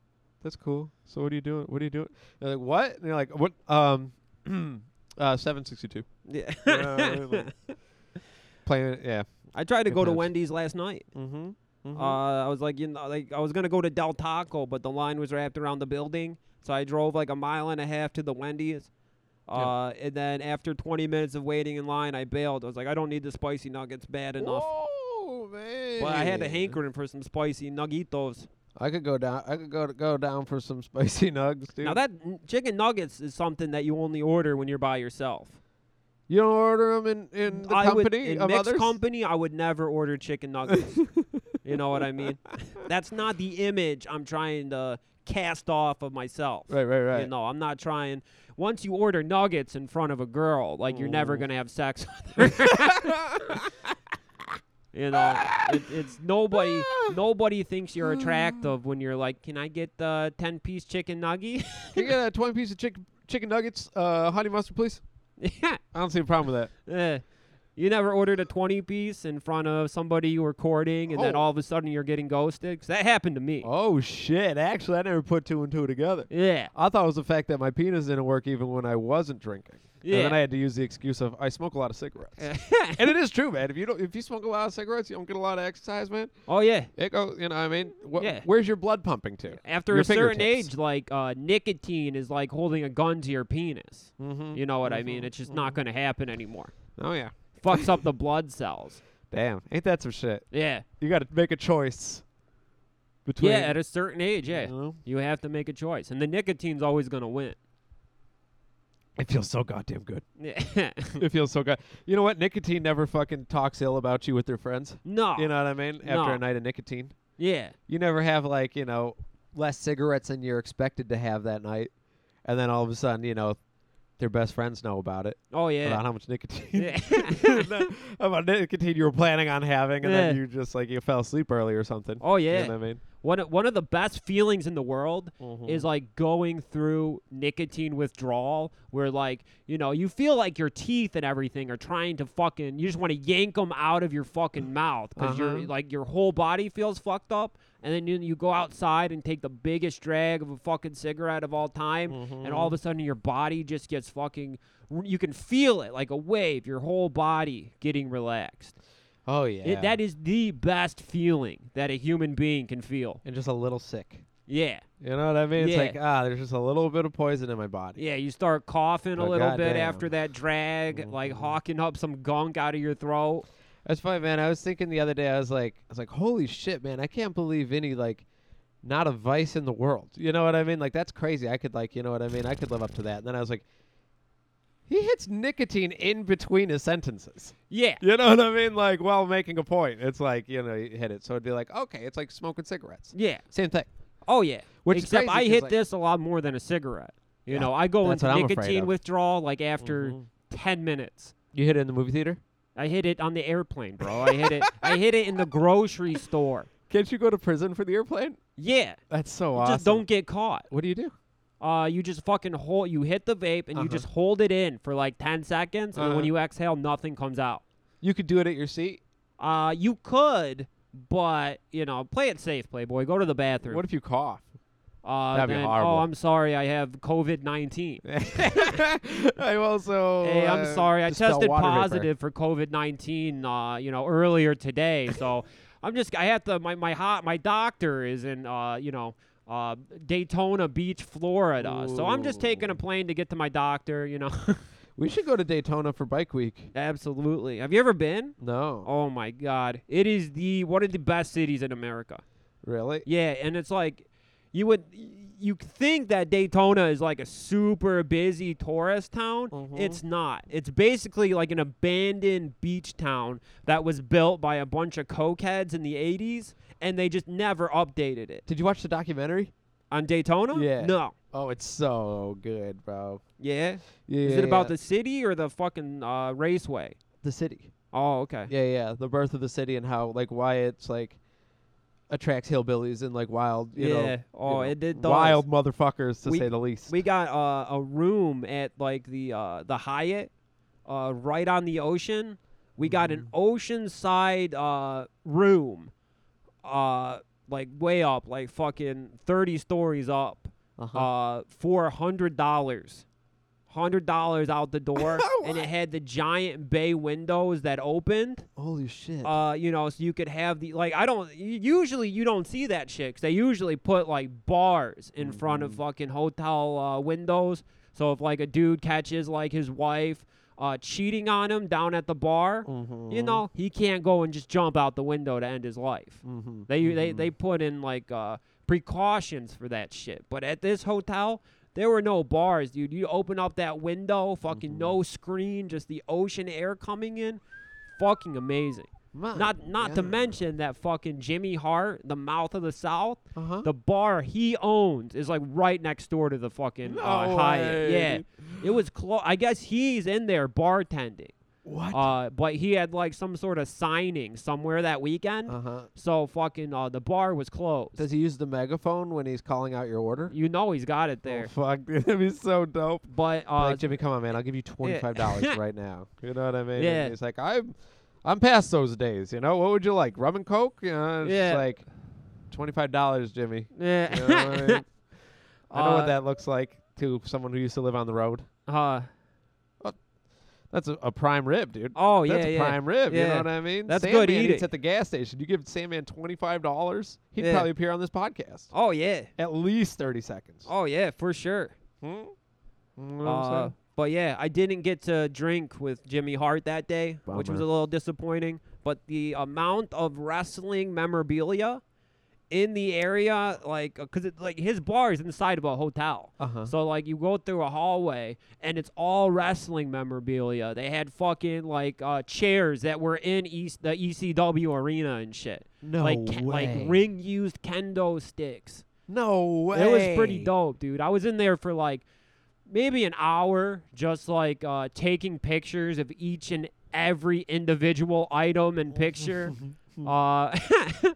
Speaker 4: That's cool. So what are you doing? What are you doing? They're like, what? And they're like, what? Um, uh, seven sixty two.
Speaker 3: yeah.
Speaker 4: Playing, yeah.
Speaker 3: I tried to
Speaker 4: Good
Speaker 3: go to
Speaker 4: times.
Speaker 3: Wendy's last night.
Speaker 4: Mm-hmm.
Speaker 3: Uh, I was like, you know, like I was gonna go to Del Taco, but the line was wrapped around the building, so I drove like a mile and a half to the Wendy's. Uh, and then after 20 minutes of waiting in line, I bailed. I was like, I don't need the spicy nuggets bad enough.
Speaker 4: Oh man!
Speaker 3: But I had a hankering for some spicy nuggitos.
Speaker 4: I could go down. I could go go down for some spicy nugs, dude.
Speaker 3: Now that n- chicken nuggets is something that you only order when you're by yourself.
Speaker 4: you don't order them in Mm, in the
Speaker 3: I
Speaker 4: company
Speaker 3: would, in
Speaker 4: of
Speaker 3: mixed
Speaker 4: others.
Speaker 3: company, I would never order chicken nuggets. you know what I mean? That's not the image I'm trying to cast off of myself.
Speaker 4: right, right, right.
Speaker 3: You know, I'm not trying. Once you order nuggets in front of a girl, like you're
Speaker 4: Mm.
Speaker 3: never gonna have sex with her. you know, it, it's nobody. Nobody thinks you're attractive when you're like, "Can I get the ten-piece chicken nugget?"
Speaker 4: Can you get a twenty piece of chicken chicken nuggets, uh, honey mustard, please?
Speaker 3: yeah.
Speaker 4: I don't see a problem with that.
Speaker 3: Eh. You never ordered a 20 piece in front of somebody you were courting and then
Speaker 4: Oh.
Speaker 3: all of a sudden you're getting ghosted? 'Cause that happened to me.
Speaker 4: Oh shit! Actually, I never put two and two together.
Speaker 3: Yeah.
Speaker 4: I thought it was the fact that my penis didn't work even when I wasn't drinking. And then
Speaker 3: Yeah.
Speaker 4: I had to use the excuse of I smoke a lot of cigarettes. and it is true, man. If you don't, if you smoke a lot of cigarettes, you don't get a lot of exercise, man.
Speaker 3: oh, yeah.
Speaker 4: It goes, you know, what I mean, Wh-
Speaker 3: Yeah.
Speaker 4: where's your blood pumping to?
Speaker 3: After
Speaker 4: Your
Speaker 3: a certain
Speaker 4: fingertips.
Speaker 3: age, like uh, nicotine is
Speaker 4: Mm-hmm.
Speaker 3: like holding a gun to your penis. You know what I mean? It's just not going to happen anymore.
Speaker 4: Oh yeah.
Speaker 3: fucks up the blood cells.
Speaker 4: Damn, ain't that some shit?
Speaker 3: Yeah.
Speaker 4: You got to make a choice between.
Speaker 3: Yeah, at a certain age, yeah.
Speaker 4: you know?
Speaker 3: You have to make a choice. And the nicotine's always going to win.
Speaker 4: It feels so goddamn good.
Speaker 3: Yeah.
Speaker 4: it feels so good. You know what? Nicotine never fucking talks ill about you with their friends.
Speaker 3: no.
Speaker 4: You know what I mean? After
Speaker 3: No.
Speaker 4: a night of nicotine,
Speaker 3: Yeah.
Speaker 4: you never have like you know less cigarettes than you're expected to have that night, and then all of a sudden you know their best friends know about it
Speaker 3: Oh, yeah.
Speaker 4: about how much nicotine
Speaker 3: Yeah.
Speaker 4: about nicotine you were planning on having, and then
Speaker 3: Yeah.
Speaker 4: you just like you fell asleep early or something.
Speaker 3: oh,
Speaker 4: You know
Speaker 3: yeah.
Speaker 4: what I mean?
Speaker 3: One of, one of the best feelings in the world
Speaker 4: Hmm.
Speaker 3: is like going through nicotine withdrawal, where like you know you feel like your teeth and everything are trying to fucking you just want to yank them out of your fucking mouth because your
Speaker 4: Mm. Uh-huh.
Speaker 3: like your whole body feels fucked up, and then you, you go outside and take the biggest drag of a fucking cigarette of all time, and all of
Speaker 4: Mm-hmm.
Speaker 3: a sudden your body just gets fucking you can feel it like a wave, your whole body getting relaxed.
Speaker 4: Oh yeah.
Speaker 3: It, that is the best feeling that a human being can feel.
Speaker 4: and just a little sick.
Speaker 3: Yeah.
Speaker 4: You know what I mean? It's
Speaker 3: Yeah.
Speaker 4: like ah, there's just a little bit of poison in my body.
Speaker 3: Yeah, you start coughing a
Speaker 4: Oh,
Speaker 3: little bit
Speaker 4: goddamn. Mm-hmm.
Speaker 3: after that drag, like hawking up some gunk out of your throat.
Speaker 4: That's funny, man. I was thinking the other day. I was like, I was like, holy shit, man! I can't believe any like, not a vice in the world. You know what I mean? Like that's crazy. I could like, you know what I mean? I could live up to that. And then I was like, he hits nicotine in between his sentences.
Speaker 3: Yeah.
Speaker 4: You know what I mean? Like while making a point, it's like you know you hit it. So it'd be like, okay, it's like smoking cigarettes.
Speaker 3: Yeah.
Speaker 4: Same thing.
Speaker 3: Oh yeah.
Speaker 4: Which is
Speaker 3: Except
Speaker 4: crazy
Speaker 3: I
Speaker 4: 'cause,
Speaker 3: hit
Speaker 4: like-
Speaker 3: this a lot more than a cigarette. You
Speaker 4: Yeah,
Speaker 3: know, I go
Speaker 4: that's
Speaker 3: into
Speaker 4: what I'm afraid
Speaker 3: nicotine
Speaker 4: of. Mm-hmm.
Speaker 3: withdrawal like after ten minutes.
Speaker 4: You hit it in the movie theater?
Speaker 3: I hit it on the airplane, bro. I hit it. I hit it in the grocery store.
Speaker 4: Can't you go to prison for the airplane?
Speaker 3: Yeah.
Speaker 4: That's so
Speaker 3: You
Speaker 4: awesome.
Speaker 3: Just don't get caught.
Speaker 4: What do you do?
Speaker 3: Uh, you just fucking hold. You hit the vape and
Speaker 4: Uh-huh.
Speaker 3: you just hold it in for like ten seconds, and then when
Speaker 4: Uh-huh.
Speaker 3: you exhale, nothing comes out.
Speaker 4: You could do it at your seat.
Speaker 3: Uh, you could, but you know, play it safe, Playboy. Go to the bathroom.
Speaker 4: What if you cough?
Speaker 3: uh,
Speaker 4: That'd be
Speaker 3: then-
Speaker 4: horrible.
Speaker 3: Oh, I'm sorry. I have COVID nineteen.
Speaker 4: I'm also.
Speaker 3: Hey, I'm
Speaker 4: uh,
Speaker 3: sorry. I
Speaker 4: dispel
Speaker 3: tested
Speaker 4: water vapor.
Speaker 3: positive for COVID nineteen. Uh, you know, earlier today. So I'm just. I have to. My my hot. My doctor is in. Uh, you know. Uh, Daytona Beach, Florida. So I'm just taking a plane to get to my doctor. You know,
Speaker 4: We should go to Daytona for Bike Week.
Speaker 3: absolutely. Have you ever been?
Speaker 4: No,
Speaker 3: Oh my God! It is the one of the best cities in America.
Speaker 4: really?
Speaker 3: Yeah, and it's like you would you think that Daytona is like a super busy tourist town.
Speaker 4: Mhm.
Speaker 3: It's not. It's basically like an abandoned beach town that was built by a bunch of cokeheads in the 80s and they just never updated it.
Speaker 4: Did you watch the documentary?
Speaker 3: On Daytona?
Speaker 4: Yeah.
Speaker 3: No.
Speaker 4: Oh, it's so good, bro.
Speaker 3: Yeah.
Speaker 4: Yeah,
Speaker 3: Is it about the city or the fucking uh, raceway?
Speaker 4: the city?
Speaker 3: Oh, okay.
Speaker 4: Yeah, yeah, the birth of the city and how like why it's like attracts hillbillies and like wild, you know,
Speaker 3: Yeah.
Speaker 4: you
Speaker 3: Oh,
Speaker 4: know,
Speaker 3: it did does.
Speaker 4: wild motherfuckers to
Speaker 3: We-
Speaker 4: say the least.
Speaker 3: We got uh, a room at like the uh, the Hyatt, uh, right on the ocean. We got an oceanside uh, room, uh, like way up, like fucking thirty stories up,
Speaker 4: Uh-huh.
Speaker 3: uh, for hundred dollars. Hundred dollars out the door, and it had the giant bay windows that opened.
Speaker 4: Holy shit!
Speaker 3: Uh, you know, so you could have the like. I don't u- usually you don't see that shit 'cause they usually put like bars in front of fucking hotel uh, windows. So if like a dude catches like his wife uh, cheating on him down at the bar,
Speaker 4: Mm-hmm.
Speaker 3: you know he can't go and just jump out the window to end his life.
Speaker 4: mm-hmm.
Speaker 3: They they they put in like uh, precautions for that shit. But at this hotel, there were no bars, dude. You open up that window, fucking no screen, just the ocean air coming in. Fucking amazing. Not not to mention that fucking Jimmy Hart, the mouth of the South,
Speaker 4: Uh-huh.
Speaker 3: the bar he owns is like right next door to the fucking uh,
Speaker 4: No
Speaker 3: Hyatt.
Speaker 4: way.
Speaker 3: Yeah, it was close. I guess he's in there bartending.
Speaker 4: what?
Speaker 3: Uh, but he had like some sort of signing somewhere that weekend.
Speaker 4: Uh huh.
Speaker 3: So fucking uh, the bar was closed.
Speaker 4: Does he use the megaphone when he's calling out your order?
Speaker 3: you know he's got it
Speaker 4: Oh,
Speaker 3: there.
Speaker 4: fuck, dude, that'd be so dope.
Speaker 3: But uh,
Speaker 4: like Jimmy, come on, man, I'll give you twenty five dollars right now. You know what I mean? And
Speaker 3: Yeah.
Speaker 4: he's like, I'm, I'm past those days. You know, what would you like, rum and coke? You know, it's just
Speaker 3: Yeah.
Speaker 4: like twenty five dollars, Jimmy.
Speaker 3: yeah.
Speaker 4: You know what I, mean? I know
Speaker 3: Uh,
Speaker 4: what that looks like to someone who used to live on the road.
Speaker 3: uh,
Speaker 4: That's a, a prime rib, dude.
Speaker 3: oh
Speaker 4: That's
Speaker 3: yeah,
Speaker 4: a
Speaker 3: yeah.
Speaker 4: prime rib. You know
Speaker 3: Yeah.
Speaker 4: what I mean?
Speaker 3: That's
Speaker 4: Sandman
Speaker 3: good eating.
Speaker 4: eats at the gas station. You give Sandman twenty five dollars, he'd
Speaker 3: Yeah.
Speaker 4: probably appear on this podcast
Speaker 3: Oh yeah.
Speaker 4: at least thirty seconds.
Speaker 3: Oh yeah, for sure.
Speaker 4: Hmm? You know what I'm
Speaker 3: Uh,
Speaker 4: saying?
Speaker 3: But yeah, I didn't get to drink with Jimmy Hart that day, which was a
Speaker 4: Bummer.
Speaker 3: little disappointing. But the amount of wrestling memorabilia in the area, like, because like his bar is inside of a hotel.
Speaker 4: Uh-huh.
Speaker 3: So like you go through a hallway and it's all wrestling memorabilia. They had fucking like uh, chairs that were in East the ECW arena and shit.
Speaker 2: No
Speaker 3: like ca-
Speaker 2: way.
Speaker 3: like ring used kendo sticks.
Speaker 2: No way.
Speaker 3: It was pretty dope, dude. I was in there for like maybe an hour, just like uh, taking pictures of each and every individual item and picture. uh,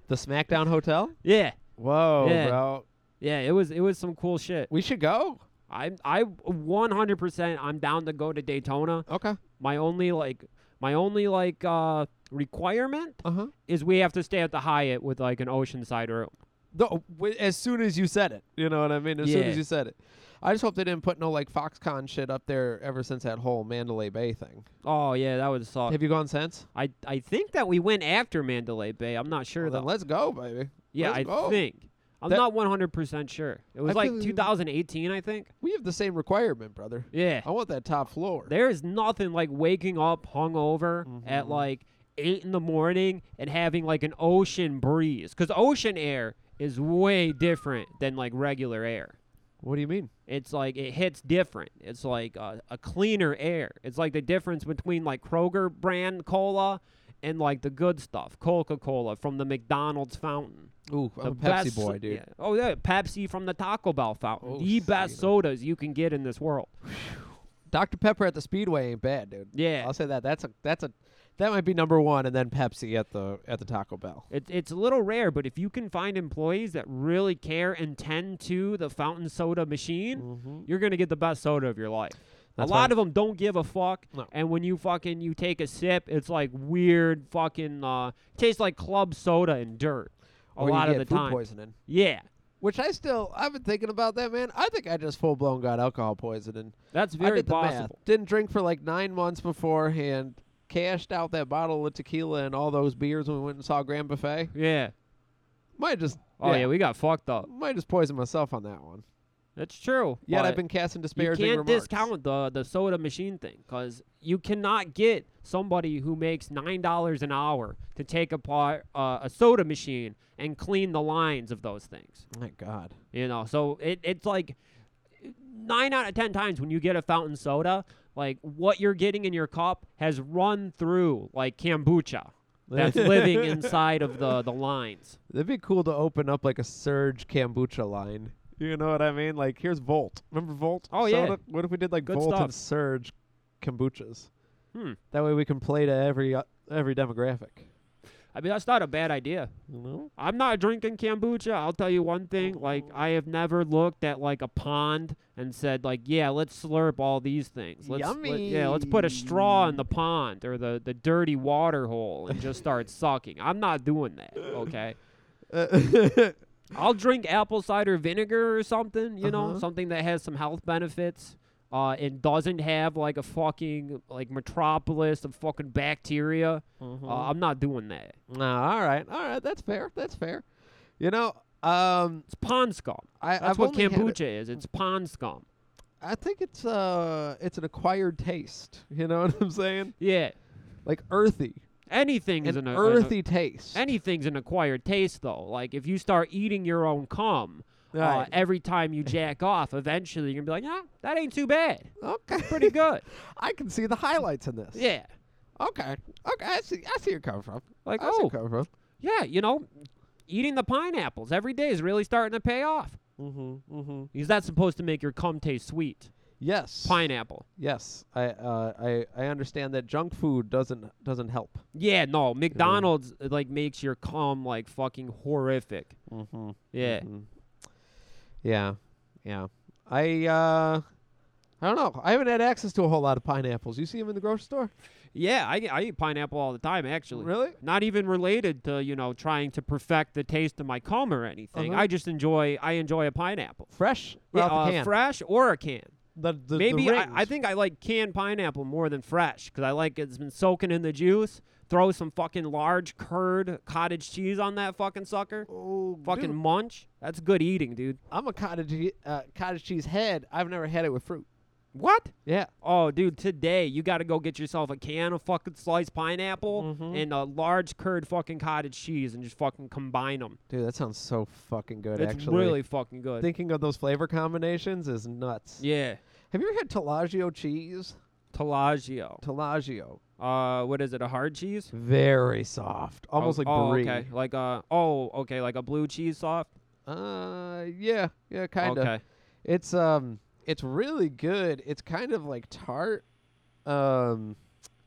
Speaker 4: The SmackDown Hotel?
Speaker 3: yeah,
Speaker 4: Whoa,
Speaker 3: Yeah.
Speaker 4: bro.
Speaker 3: yeah. It was it was some cool shit.
Speaker 4: We should go.
Speaker 3: I'm I 100% I'm down to go to Daytona.
Speaker 4: Okay.
Speaker 3: My only like my only like uh, requirement
Speaker 4: Uh huh.
Speaker 3: is we have to stay at the Hyatt with like an oceanside room.
Speaker 4: No, w- as soon as you said it, you know what I mean. As soon
Speaker 3: Yeah.
Speaker 4: as you said it, I just hope they didn't put no like Foxconn shit up there ever since that whole Mandalay Bay thing.
Speaker 3: Oh yeah, that would suck.
Speaker 4: Uh, Have you gone since?
Speaker 3: I I think that we went after Mandalay Bay. I'm not sure
Speaker 4: Well,
Speaker 3: though.
Speaker 4: then let's go, baby.
Speaker 3: Yeah,
Speaker 4: Let's
Speaker 3: I
Speaker 4: go.
Speaker 3: think. I'm
Speaker 4: That-
Speaker 3: not 100% sure. It was
Speaker 4: I
Speaker 3: like
Speaker 4: feel-
Speaker 3: 2018, I think.
Speaker 4: we have the same requirement, brother.
Speaker 3: Yeah.
Speaker 4: I want that top floor.
Speaker 3: There is nothing like waking up hungover at like 8 in the morning and having like an ocean breeze. Because ocean air is way different than like regular air.
Speaker 4: What do you mean?
Speaker 3: It's like it hits different. It's like a, a cleaner air. It's like the difference between like Kroger brand cola and like the good stuff, Coca Cola from the McDonald's fountain.
Speaker 4: Ooh, I'm a Pepsi boy, dude.
Speaker 3: yeah. Oh yeah, Pepsi from the Taco Bell fountain.
Speaker 4: Oh,
Speaker 3: the best
Speaker 4: Cena.
Speaker 3: sodas you can get in this world.
Speaker 4: Dr Pepper at the Speedway ain't bad, dude.
Speaker 3: Yeah.
Speaker 4: I'll say that. That's a that's a that might be number one, and then Pepsi at the at the Taco Bell.
Speaker 3: It, it's a little rare, but if you can find employees that really care and tend to the fountain soda machine,
Speaker 4: Mm-hmm.
Speaker 3: you're gonna get the best soda of your life.
Speaker 4: Mm. That's
Speaker 3: a
Speaker 4: why
Speaker 3: lot of them don't give a fuck,
Speaker 4: No.
Speaker 3: and when you fucking you take a sip, it's like weird fucking uh, tastes like club soda and dirt. A
Speaker 4: Or you
Speaker 3: lot of
Speaker 4: get
Speaker 3: the
Speaker 4: food
Speaker 3: time,
Speaker 4: poisoning.
Speaker 3: yeah,
Speaker 4: Which I still I've been thinking about that, man. I think I just full blown got alcohol poisoning.
Speaker 3: that's
Speaker 4: I
Speaker 3: very
Speaker 4: did the math.
Speaker 3: possible.
Speaker 4: Didn't drink for like nine months beforehand. Cashed out that bottle of tequila and all those beers when we went and saw Grand Buffet.
Speaker 3: Yeah.
Speaker 4: Might just
Speaker 3: Oh yeah. we got fucked up.
Speaker 4: might just poison myself on that one.
Speaker 3: That's true.
Speaker 4: Yet
Speaker 3: but-
Speaker 4: I've been casting
Speaker 3: you
Speaker 4: disparaging
Speaker 3: can't
Speaker 4: remarks.
Speaker 3: discount the the soda machine thing because you cannot get somebody who makes nine dollars an hour to take apart uh, a soda machine and clean the lines of those things.
Speaker 4: My God.
Speaker 3: You know, so it, it's like nine out of ten times when you get a fountain soda, like what you're getting in your cup has run through like kombucha that's living inside of the the lines.
Speaker 4: It'd be cool to open up like a Surge kombucha line. You know what I mean? Like here's Volt. Remember Volt?
Speaker 3: Oh, yeah.
Speaker 4: Soda? What if we did like
Speaker 3: Good
Speaker 4: Volt
Speaker 3: stuff.
Speaker 4: and Surge kombuchas?
Speaker 3: Hmm.
Speaker 4: That way we can play to every uh, every demographic.
Speaker 3: I mean, that's not a bad idea.
Speaker 4: You know?
Speaker 3: I'm not drinking kombucha. I'll tell you one thing. Like
Speaker 4: Oh.
Speaker 3: I have never looked at like a pond and said like, yeah, let's slurp all these things. Let's, let- yeah, let's put a straw in the pond or the the dirty water hole and just start sucking. I'm not doing that. Okay. Mm-hmm.
Speaker 4: Uh,
Speaker 3: I'll drink apple cider vinegar or something. You know,
Speaker 4: Uh-huh.
Speaker 3: something that has some health benefits. Uh, and doesn't have like a fucking like metropolis of fucking bacteria. Uh,
Speaker 4: Uh-huh.
Speaker 3: I'm not doing that.
Speaker 4: Nah, all right, all right. That's fair. That's fair. You know, um,
Speaker 3: It's pond scum.
Speaker 4: I
Speaker 3: That's
Speaker 4: I've
Speaker 3: what
Speaker 4: only had it-
Speaker 3: kombucha is. It's pond scum.
Speaker 4: I think it's uh, it's an acquired taste. You know what I'm saying?
Speaker 3: Yeah.
Speaker 4: Like earthy,
Speaker 3: Anything's an,
Speaker 4: an
Speaker 3: a- an a-
Speaker 4: earthy taste.
Speaker 3: anything's an acquired taste though. Like if you start eating your own cum uh,
Speaker 4: Right.
Speaker 3: every time you jack off, eventually you're gonna be like, ah, that ain't too bad.
Speaker 4: okay,
Speaker 3: Pretty good.
Speaker 4: I can see the highlights in this.
Speaker 3: yeah.
Speaker 4: Okay. Okay. I see. I see where you're coming from.
Speaker 3: Like,
Speaker 4: I see
Speaker 3: oh.
Speaker 4: where you're coming
Speaker 3: Yeah, you know, eating the pineapples every day is really starting to pay off.
Speaker 4: from. Mm-hmm. Mm-hmm.
Speaker 3: Because that's supposed to make your cum taste sweet.
Speaker 4: Yes.
Speaker 3: Pineapple.
Speaker 4: Yes. I. Uh. I. I understand that junk food doesn't doesn't help.
Speaker 3: Yeah, no, McDonald's uh, like makes your cum like fucking horrific.
Speaker 4: Mm-hmm.
Speaker 3: Yeah.
Speaker 4: Yeah. Yeah. I. Uh. I don't know. I haven't had access to a whole lot of pineapples. You see them in the grocery store?
Speaker 3: Yeah, I, I eat pineapple all the time, actually.
Speaker 4: Really?
Speaker 3: Not even related to, you know, trying to perfect the taste of my cum or anything.
Speaker 4: Uh-huh.
Speaker 3: I just enjoy, I enjoy a pineapple.
Speaker 4: Fresh?
Speaker 3: Yeah,
Speaker 4: Right out
Speaker 3: uh,
Speaker 4: the can.
Speaker 3: fresh or a can.
Speaker 4: the, the, the
Speaker 3: Maybe
Speaker 4: rings.
Speaker 3: I, I think I like canned pineapple more than fresh because I like it's been soaking in the juice. Throw some fucking large curd cottage cheese on that fucking sucker.
Speaker 4: Oh,
Speaker 3: Fucking
Speaker 4: dude,
Speaker 3: munch. That's good eating, dude.
Speaker 4: I'm a cottage uh, cottage cheese head. I've never had it with fruit.
Speaker 3: What?
Speaker 4: Yeah.
Speaker 3: Oh, dude, today you got to go get yourself a can of fucking sliced pineapple
Speaker 4: Mhm.
Speaker 3: and a large curd fucking cottage cheese and just fucking combine them.
Speaker 4: Dude, that sounds so fucking good,
Speaker 3: it's
Speaker 4: actually.
Speaker 3: really fucking good.
Speaker 4: Thinking of those flavor combinations is nuts.
Speaker 3: yeah.
Speaker 4: Have you ever had Tellagio cheese?
Speaker 3: Tellagio.
Speaker 4: Tellagio.
Speaker 3: Uh, what is it? A hard cheese?
Speaker 4: Very soft. Almost
Speaker 3: oh,
Speaker 4: like
Speaker 3: oh,
Speaker 4: brie.
Speaker 3: okay. Like uh oh, okay, like a blue cheese soft.
Speaker 4: Uh, yeah, yeah, kind of.
Speaker 3: Okay.
Speaker 4: It's um, it's really good. It's kind of like tart, um,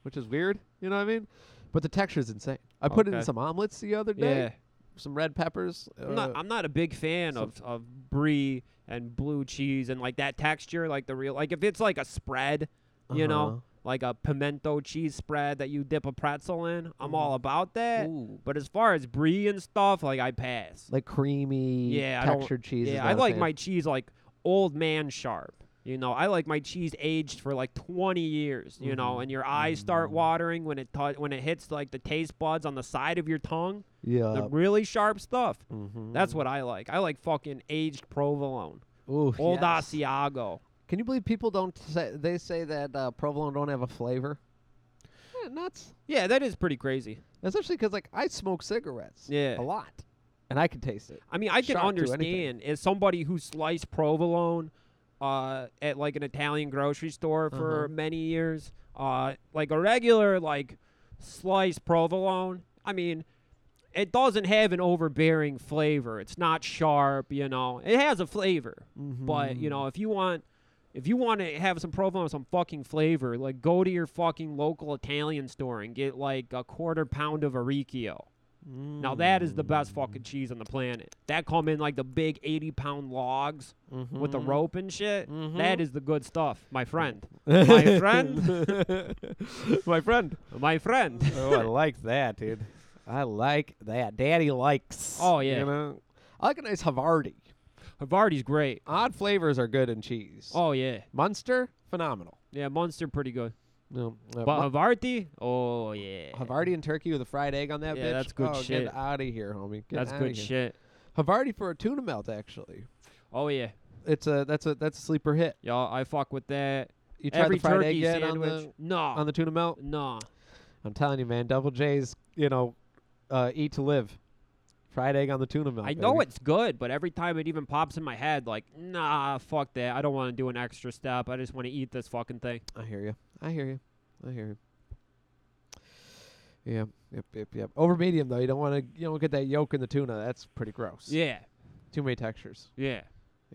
Speaker 4: which is weird. You know what I mean? But the texture is insane. I put it in
Speaker 3: Okay.
Speaker 4: some omelets the other day.
Speaker 3: Yeah.
Speaker 4: Some red peppers.
Speaker 3: I'm not,
Speaker 4: uh,
Speaker 3: I'm not a big fan
Speaker 4: some-
Speaker 3: of, of brie and blue cheese and like that texture, like the real like if it's like a spread, you
Speaker 4: Uh-huh.
Speaker 3: know, like a pimento cheese spread that you dip a pretzel in, I'm all about that.
Speaker 4: Mm-hmm. Ooh.
Speaker 3: But as far as brie and stuff, like I pass.
Speaker 4: Eh, like creamy,
Speaker 3: yeah, I don't-
Speaker 4: textured cheese. is
Speaker 3: Yeah,
Speaker 4: not
Speaker 3: I
Speaker 4: a
Speaker 3: like
Speaker 4: fan.
Speaker 3: my cheese like old man sharp. You know, I like my cheese aged for like 20 years. You
Speaker 4: Mm-hmm.
Speaker 3: know, and your eyes start watering when it tou- when it hits like the taste buds on the side of your tongue.
Speaker 4: yeah.
Speaker 3: the really sharp stuff.
Speaker 4: Mhm.
Speaker 3: That's what I like. I like fucking aged provolone,
Speaker 4: Ooh,
Speaker 3: old
Speaker 4: yes.
Speaker 3: Asiago.
Speaker 4: Can you believe people don't say they say that uh, provolone don't have a flavor? Yeah, nuts.
Speaker 3: Yeah, that is pretty crazy.
Speaker 4: Especially because like I smoke cigarettes.
Speaker 3: Yeah.
Speaker 4: A lot, and I can taste it.
Speaker 3: I mean, I can
Speaker 4: Sharp to anything.
Speaker 3: understand as somebody who sliced provolone uh, at like an Italian grocery store for
Speaker 4: Uh-huh.
Speaker 3: many years, uh, like a regular like sliced provolone. I mean, it doesn't have an overbearing flavor. It's not sharp, you know. It has a flavor,
Speaker 4: Mm-hmm.
Speaker 3: but you
Speaker 4: Mm.
Speaker 3: know, if you want. If you want to have some provolone, some fucking flavor, like go to your fucking local Italian store and get like a quarter pound of Aricchio.
Speaker 4: Mm-hmm.
Speaker 3: Now that is the best fucking cheese on the planet. That come in like the big eighty pound logs with the
Speaker 4: Mm-hmm.
Speaker 3: rope and shit. That is the good stuff, my friend. My friend.
Speaker 4: my friend.
Speaker 3: My friend.
Speaker 4: Mm-hmm. Oh, I like that, dude. I like that. Daddy likes.
Speaker 3: Oh, yeah.
Speaker 4: You know? I like a nice Havarti.
Speaker 3: Havarti's great.
Speaker 4: Odd flavors are good in cheese.
Speaker 3: Oh yeah,
Speaker 4: Munster, phenomenal.
Speaker 3: yeah. Munster pretty good,
Speaker 4: No, uh,
Speaker 3: but Havarti. Oh yeah,
Speaker 4: Havarti and turkey with a fried egg on that
Speaker 3: Yeah,
Speaker 4: bitch.
Speaker 3: that's good
Speaker 4: oh,
Speaker 3: shit.
Speaker 4: Get out of here, homie. Get
Speaker 3: that's
Speaker 4: outta
Speaker 3: good
Speaker 4: here.
Speaker 3: shit.
Speaker 4: Havarti for a tuna melt, actually.
Speaker 3: Oh yeah,
Speaker 4: It's a that's a that's a sleeper hit.
Speaker 3: y'all. I fuck with that.
Speaker 4: You tried
Speaker 3: Every
Speaker 4: the fried egg
Speaker 3: turkey
Speaker 4: yet
Speaker 3: sandwich. Ah.
Speaker 4: on
Speaker 3: no,
Speaker 4: the on the tuna melt?
Speaker 3: no.
Speaker 4: I'm telling you, man. Double J's, you know, uh, eat to live. Fried egg on the tuna melt.
Speaker 3: I know
Speaker 4: baby.
Speaker 3: it's good, but every time it even pops in my head, like, nah, fuck that. I don't want to do an extra step. I just want to eat this fucking thing.
Speaker 4: I hear you. I hear you. I hear you. Yeah. Yep. Yep. Yep. Over medium though. You don't want to. You don't get that yolk in the tuna. That's pretty gross.
Speaker 3: Yeah,
Speaker 4: Too many textures.
Speaker 3: yeah.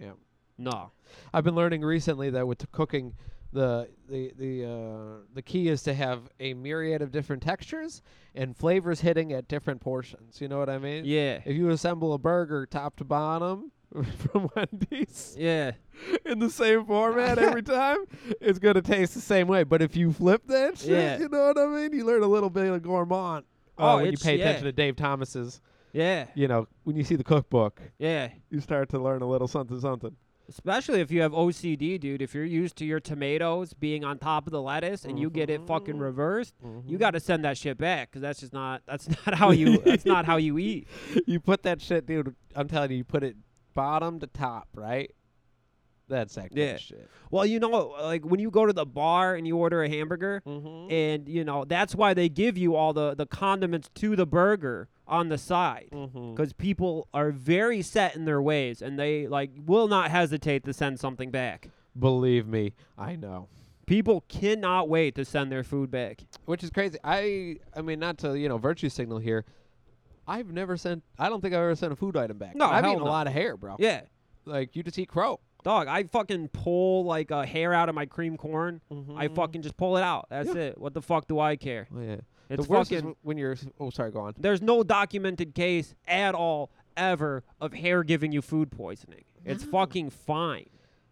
Speaker 4: Yeah.
Speaker 3: No.
Speaker 4: I've been learning recently that with cooking, the the the uh, the key is to have a myriad of different textures and flavors hitting at different portions. You know what I mean?
Speaker 3: Yeah.
Speaker 4: If you assemble a burger top to bottom from Wendy's
Speaker 3: Yeah.
Speaker 4: in the same format every time, it's gonna taste the same way. But if you flip that shit,
Speaker 3: Yeah.
Speaker 4: you know what I mean? You learn a little bit of gourmand.
Speaker 3: Oh,
Speaker 4: when you
Speaker 3: it's-
Speaker 4: pay
Speaker 3: yeah.
Speaker 4: attention to Dave Thomas's,
Speaker 3: Yeah.
Speaker 4: you know, when you see the cookbook,
Speaker 3: Yeah.
Speaker 4: you start to learn a little something, something.
Speaker 3: Especially if you have OCD, dude. If you're used to your tomatoes being on top of the lettuce and you get it fucking reversed, Mm-hmm. you got to send that shit back cuz that's just not that's not how you that's not how you eat.
Speaker 4: you put that shit, dude. I'm telling you, you put it bottom to top, right? That's that good
Speaker 3: Yeah.
Speaker 4: shit.
Speaker 3: Well, you know like when you go to the bar and you order a hamburger
Speaker 4: Mm-hmm.
Speaker 3: and you know that's why they give you all the the condiments to the burger on the side.
Speaker 4: Mm-hmm.
Speaker 3: Because people are very set in their ways and they like will not hesitate to send something back.
Speaker 4: Believe me, I know.
Speaker 3: People cannot wait to send their food back.
Speaker 4: Which is crazy. I, I mean, not to you know virtue signal here. I've never sent. I don't think I've ever sent a food item back.
Speaker 3: No,
Speaker 4: I've
Speaker 3: hell
Speaker 4: eaten a
Speaker 3: no.
Speaker 4: lot of hair, bro.
Speaker 3: Yeah.
Speaker 4: like you just eat crow.
Speaker 3: Dog, I fucking pull like a hair out of my cream corn.
Speaker 4: Mm-hmm.
Speaker 3: I fucking just pull it out. That's it. What the fuck do I care?
Speaker 4: Oh, yeah,
Speaker 3: It's
Speaker 4: the worst is
Speaker 3: fucking-
Speaker 4: wh- when you're. Oh, sorry, go on.
Speaker 3: There's no documented case at all ever of hair giving you food poisoning. It's fucking fine.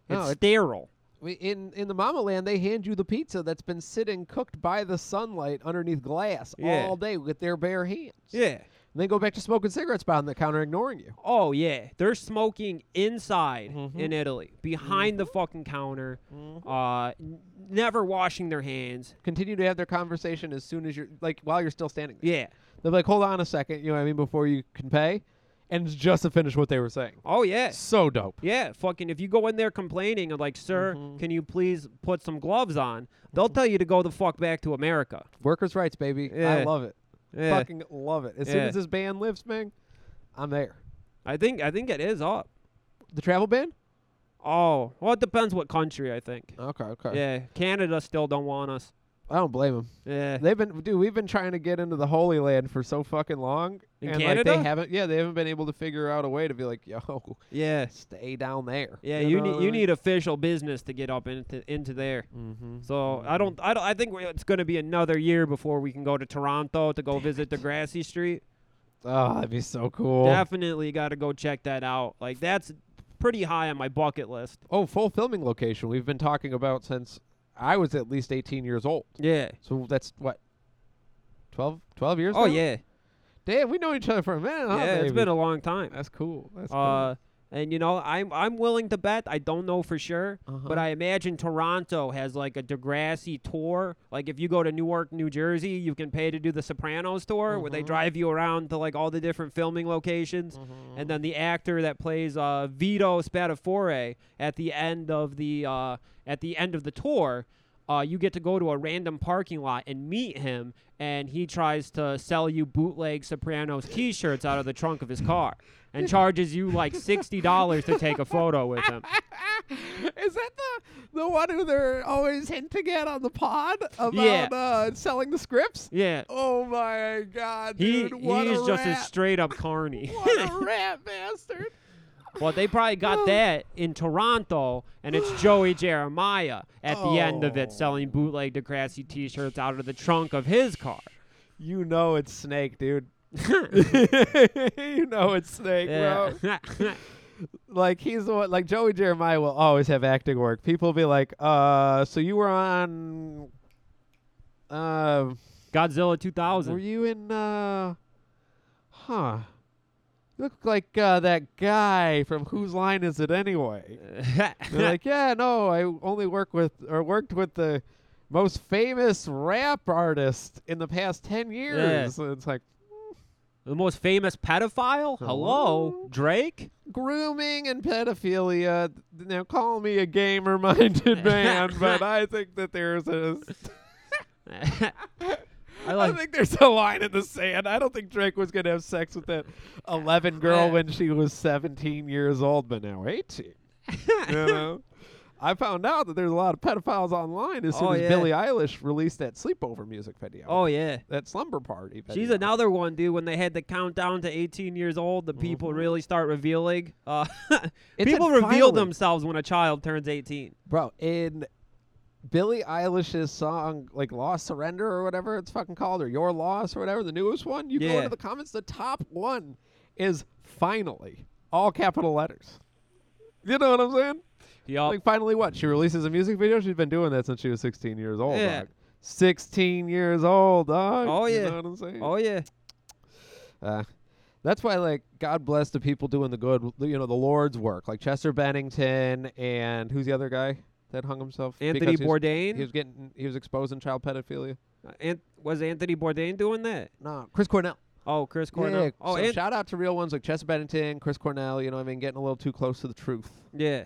Speaker 4: Mm. No,
Speaker 3: It's
Speaker 4: it-
Speaker 3: sterile.
Speaker 4: We- In in the Mama Land, they hand you the pizza that's been sitting cooked by the sunlight underneath glass
Speaker 3: Yeah.
Speaker 4: all day with their bare hands.
Speaker 3: Yeah.
Speaker 4: And they go back to smoking cigarettes behind the counter, ignoring you.
Speaker 3: Oh yeah. They're smoking inside
Speaker 4: Mhm.
Speaker 3: in Italy, behind the
Speaker 4: Mm-hmm.
Speaker 3: fucking counter, uh, n- never washing their hands.
Speaker 4: Continue to have their conversation as soon as you're like while you're still standing there.
Speaker 3: Yeah.
Speaker 4: They're like, hold on a second, you know what I mean, before you can pay. and just to finish what they were saying.
Speaker 3: Oh yeah.
Speaker 4: So dope.
Speaker 3: Yeah, fucking. If you go in there complaining and like, sir, can you please put some gloves on? They'll tell you to go the fuck back to America.
Speaker 4: Workers' rights, baby. I
Speaker 3: Yeah.
Speaker 4: love it.
Speaker 3: Yeah.
Speaker 4: Fucking love it. As soon
Speaker 3: Yeah.
Speaker 4: as this ban lifts, man, I'm there.
Speaker 3: I think I think it is up.
Speaker 4: The travel ban?
Speaker 3: Oh, well, it depends what country. I think.
Speaker 4: Okay, okay.
Speaker 3: Yeah, Canada still don't want us.
Speaker 4: I don't blame them.
Speaker 3: Yeah,
Speaker 4: They've been, dude. We've been trying to get into the Holy Land for so fucking long,
Speaker 3: In
Speaker 4: and like
Speaker 3: Canada?
Speaker 4: they haven't. Yeah, they haven't been able to figure out a way to be like, yo,
Speaker 3: yeah,
Speaker 4: stay down there.
Speaker 3: yeah. You
Speaker 4: know
Speaker 3: need
Speaker 4: what
Speaker 3: you
Speaker 4: I mean?
Speaker 3: need official business to get up into into there.
Speaker 4: Mm-hmm.
Speaker 3: So I don't I don't I think we- it's going to be another year before we can go to Toronto to go visit the grassy street.
Speaker 4: Oh, that'd be so cool.
Speaker 3: Definitely got to go check that out. Like that's pretty high on my bucket list.
Speaker 4: oh, full filming location we've been talking about since I was at least 18 years old.
Speaker 3: Yeah.
Speaker 4: So that's what 12, 12 years.
Speaker 3: Oh
Speaker 4: now?
Speaker 3: yeah.
Speaker 4: Damn, we know each other for a minute. huh,
Speaker 3: Yeah, it's
Speaker 4: baby?
Speaker 3: Oh, been a long time.
Speaker 4: That's cool. That's
Speaker 3: Uh, and you know, I'm I'm willing to bet. I don't know for sure,
Speaker 4: Uh-huh.
Speaker 3: but I imagine Toronto has like a Degrassi tour. Like if you go to Newark, New Jersey, you can pay to do the Sopranos tour, where they drive you around to like all the different filming locations, and then the actor that plays uh, Vito Spadafore at the end of the uh, at the end of the tour. Uh, you get to go to a random parking lot and meet him, and he tries to sell you bootleg Sopranos T-shirts out of the trunk of his car, and charges you like sixty dollars to take a photo with him.
Speaker 4: cool. Is that the the one who they're always hinting at on the pod about
Speaker 3: Yeah.
Speaker 4: uh, selling the scripts?
Speaker 3: Yeah,
Speaker 4: Oh my god,
Speaker 3: he
Speaker 4: dude! What
Speaker 3: he's
Speaker 4: a
Speaker 3: just a
Speaker 4: rat.
Speaker 3: straight up carny.
Speaker 4: what a rat bastard.
Speaker 3: well, they probably got that in Toronto, and it's Joey Jeremiah at the end of it
Speaker 4: Oh.
Speaker 3: selling bootleg Degrassi T-shirts out of the trunk of his car.
Speaker 4: You know it's Snake, dude. you know it's Snake,
Speaker 3: Yeah.
Speaker 4: bro. Like he's the one. Like Joey Jeremiah will always have acting work. People be like, "Uh, so you were on, uh,
Speaker 3: Godzilla
Speaker 4: were
Speaker 3: 2000.
Speaker 4: you in, uh, huh? You look like uh, that guy from Whose Line Is It Anyway?" They're like, yeah, no, I only work with or worked with the most famous rap artist in the past ten years. And It's like
Speaker 3: the most famous pedophile?
Speaker 4: Hello?
Speaker 3: Hello, Drake.
Speaker 4: grooming and pedophilia. th- Now call me a gamer-minded man, but I think that there's a,
Speaker 3: I
Speaker 4: I
Speaker 3: like.
Speaker 4: think there's a line in the sand. I don't think Drake was gonna have sex with that eleven girl when she was seventeen years old, but now eighteen. you know. I found out that there's a lot of pedophiles online as soon
Speaker 3: Oh,
Speaker 4: as
Speaker 3: yeah.
Speaker 4: Billie Eilish released that sleepover music video.
Speaker 3: oh yeah.
Speaker 4: that slumber party.
Speaker 3: She's
Speaker 4: video.
Speaker 3: another one, dude. When they had the countdown to 18 years old, the people
Speaker 4: Mm-hmm.
Speaker 3: really start revealing. Uh,
Speaker 4: It's
Speaker 3: people
Speaker 4: a
Speaker 3: reveal
Speaker 4: finally-
Speaker 3: themselves when a child turns 18.
Speaker 4: bro in Billie Eilish's song, like "Lost Surrender" or whatever it's fucking called, or "Your Loss" or whatever the newest one. You go
Speaker 3: Yeah.
Speaker 4: into the comments. The top one is finally all capital letters. You know what I'm saying?
Speaker 3: Yup.
Speaker 4: Like finally, what she releases a music video. She's been doing that since she was 16 years old.
Speaker 3: Yeah.
Speaker 4: Dog. 16 years old, dog.
Speaker 3: Oh,
Speaker 4: You
Speaker 3: yeah.
Speaker 4: know what I'm saying?
Speaker 3: oh yeah.
Speaker 4: Uh, that's why, like, God bless the people doing the good, you know, the Lord's work, like Chester Bennington and who's the other guy that hung himself?
Speaker 3: Anthony
Speaker 4: because he was-
Speaker 3: Bourdain.
Speaker 4: He was getting, he was exposing child pedophilia.
Speaker 3: Uh, Ant- was Anthony Bourdain doing that?
Speaker 4: No, Chris Cornell.
Speaker 3: Oh, Chris Cornell.
Speaker 4: Yeah,
Speaker 3: oh,
Speaker 4: so
Speaker 3: Ant-
Speaker 4: shout out to real ones like Chester Bennington, Chris Cornell. You know, what I mean, getting a little too close to the truth.
Speaker 3: yeah.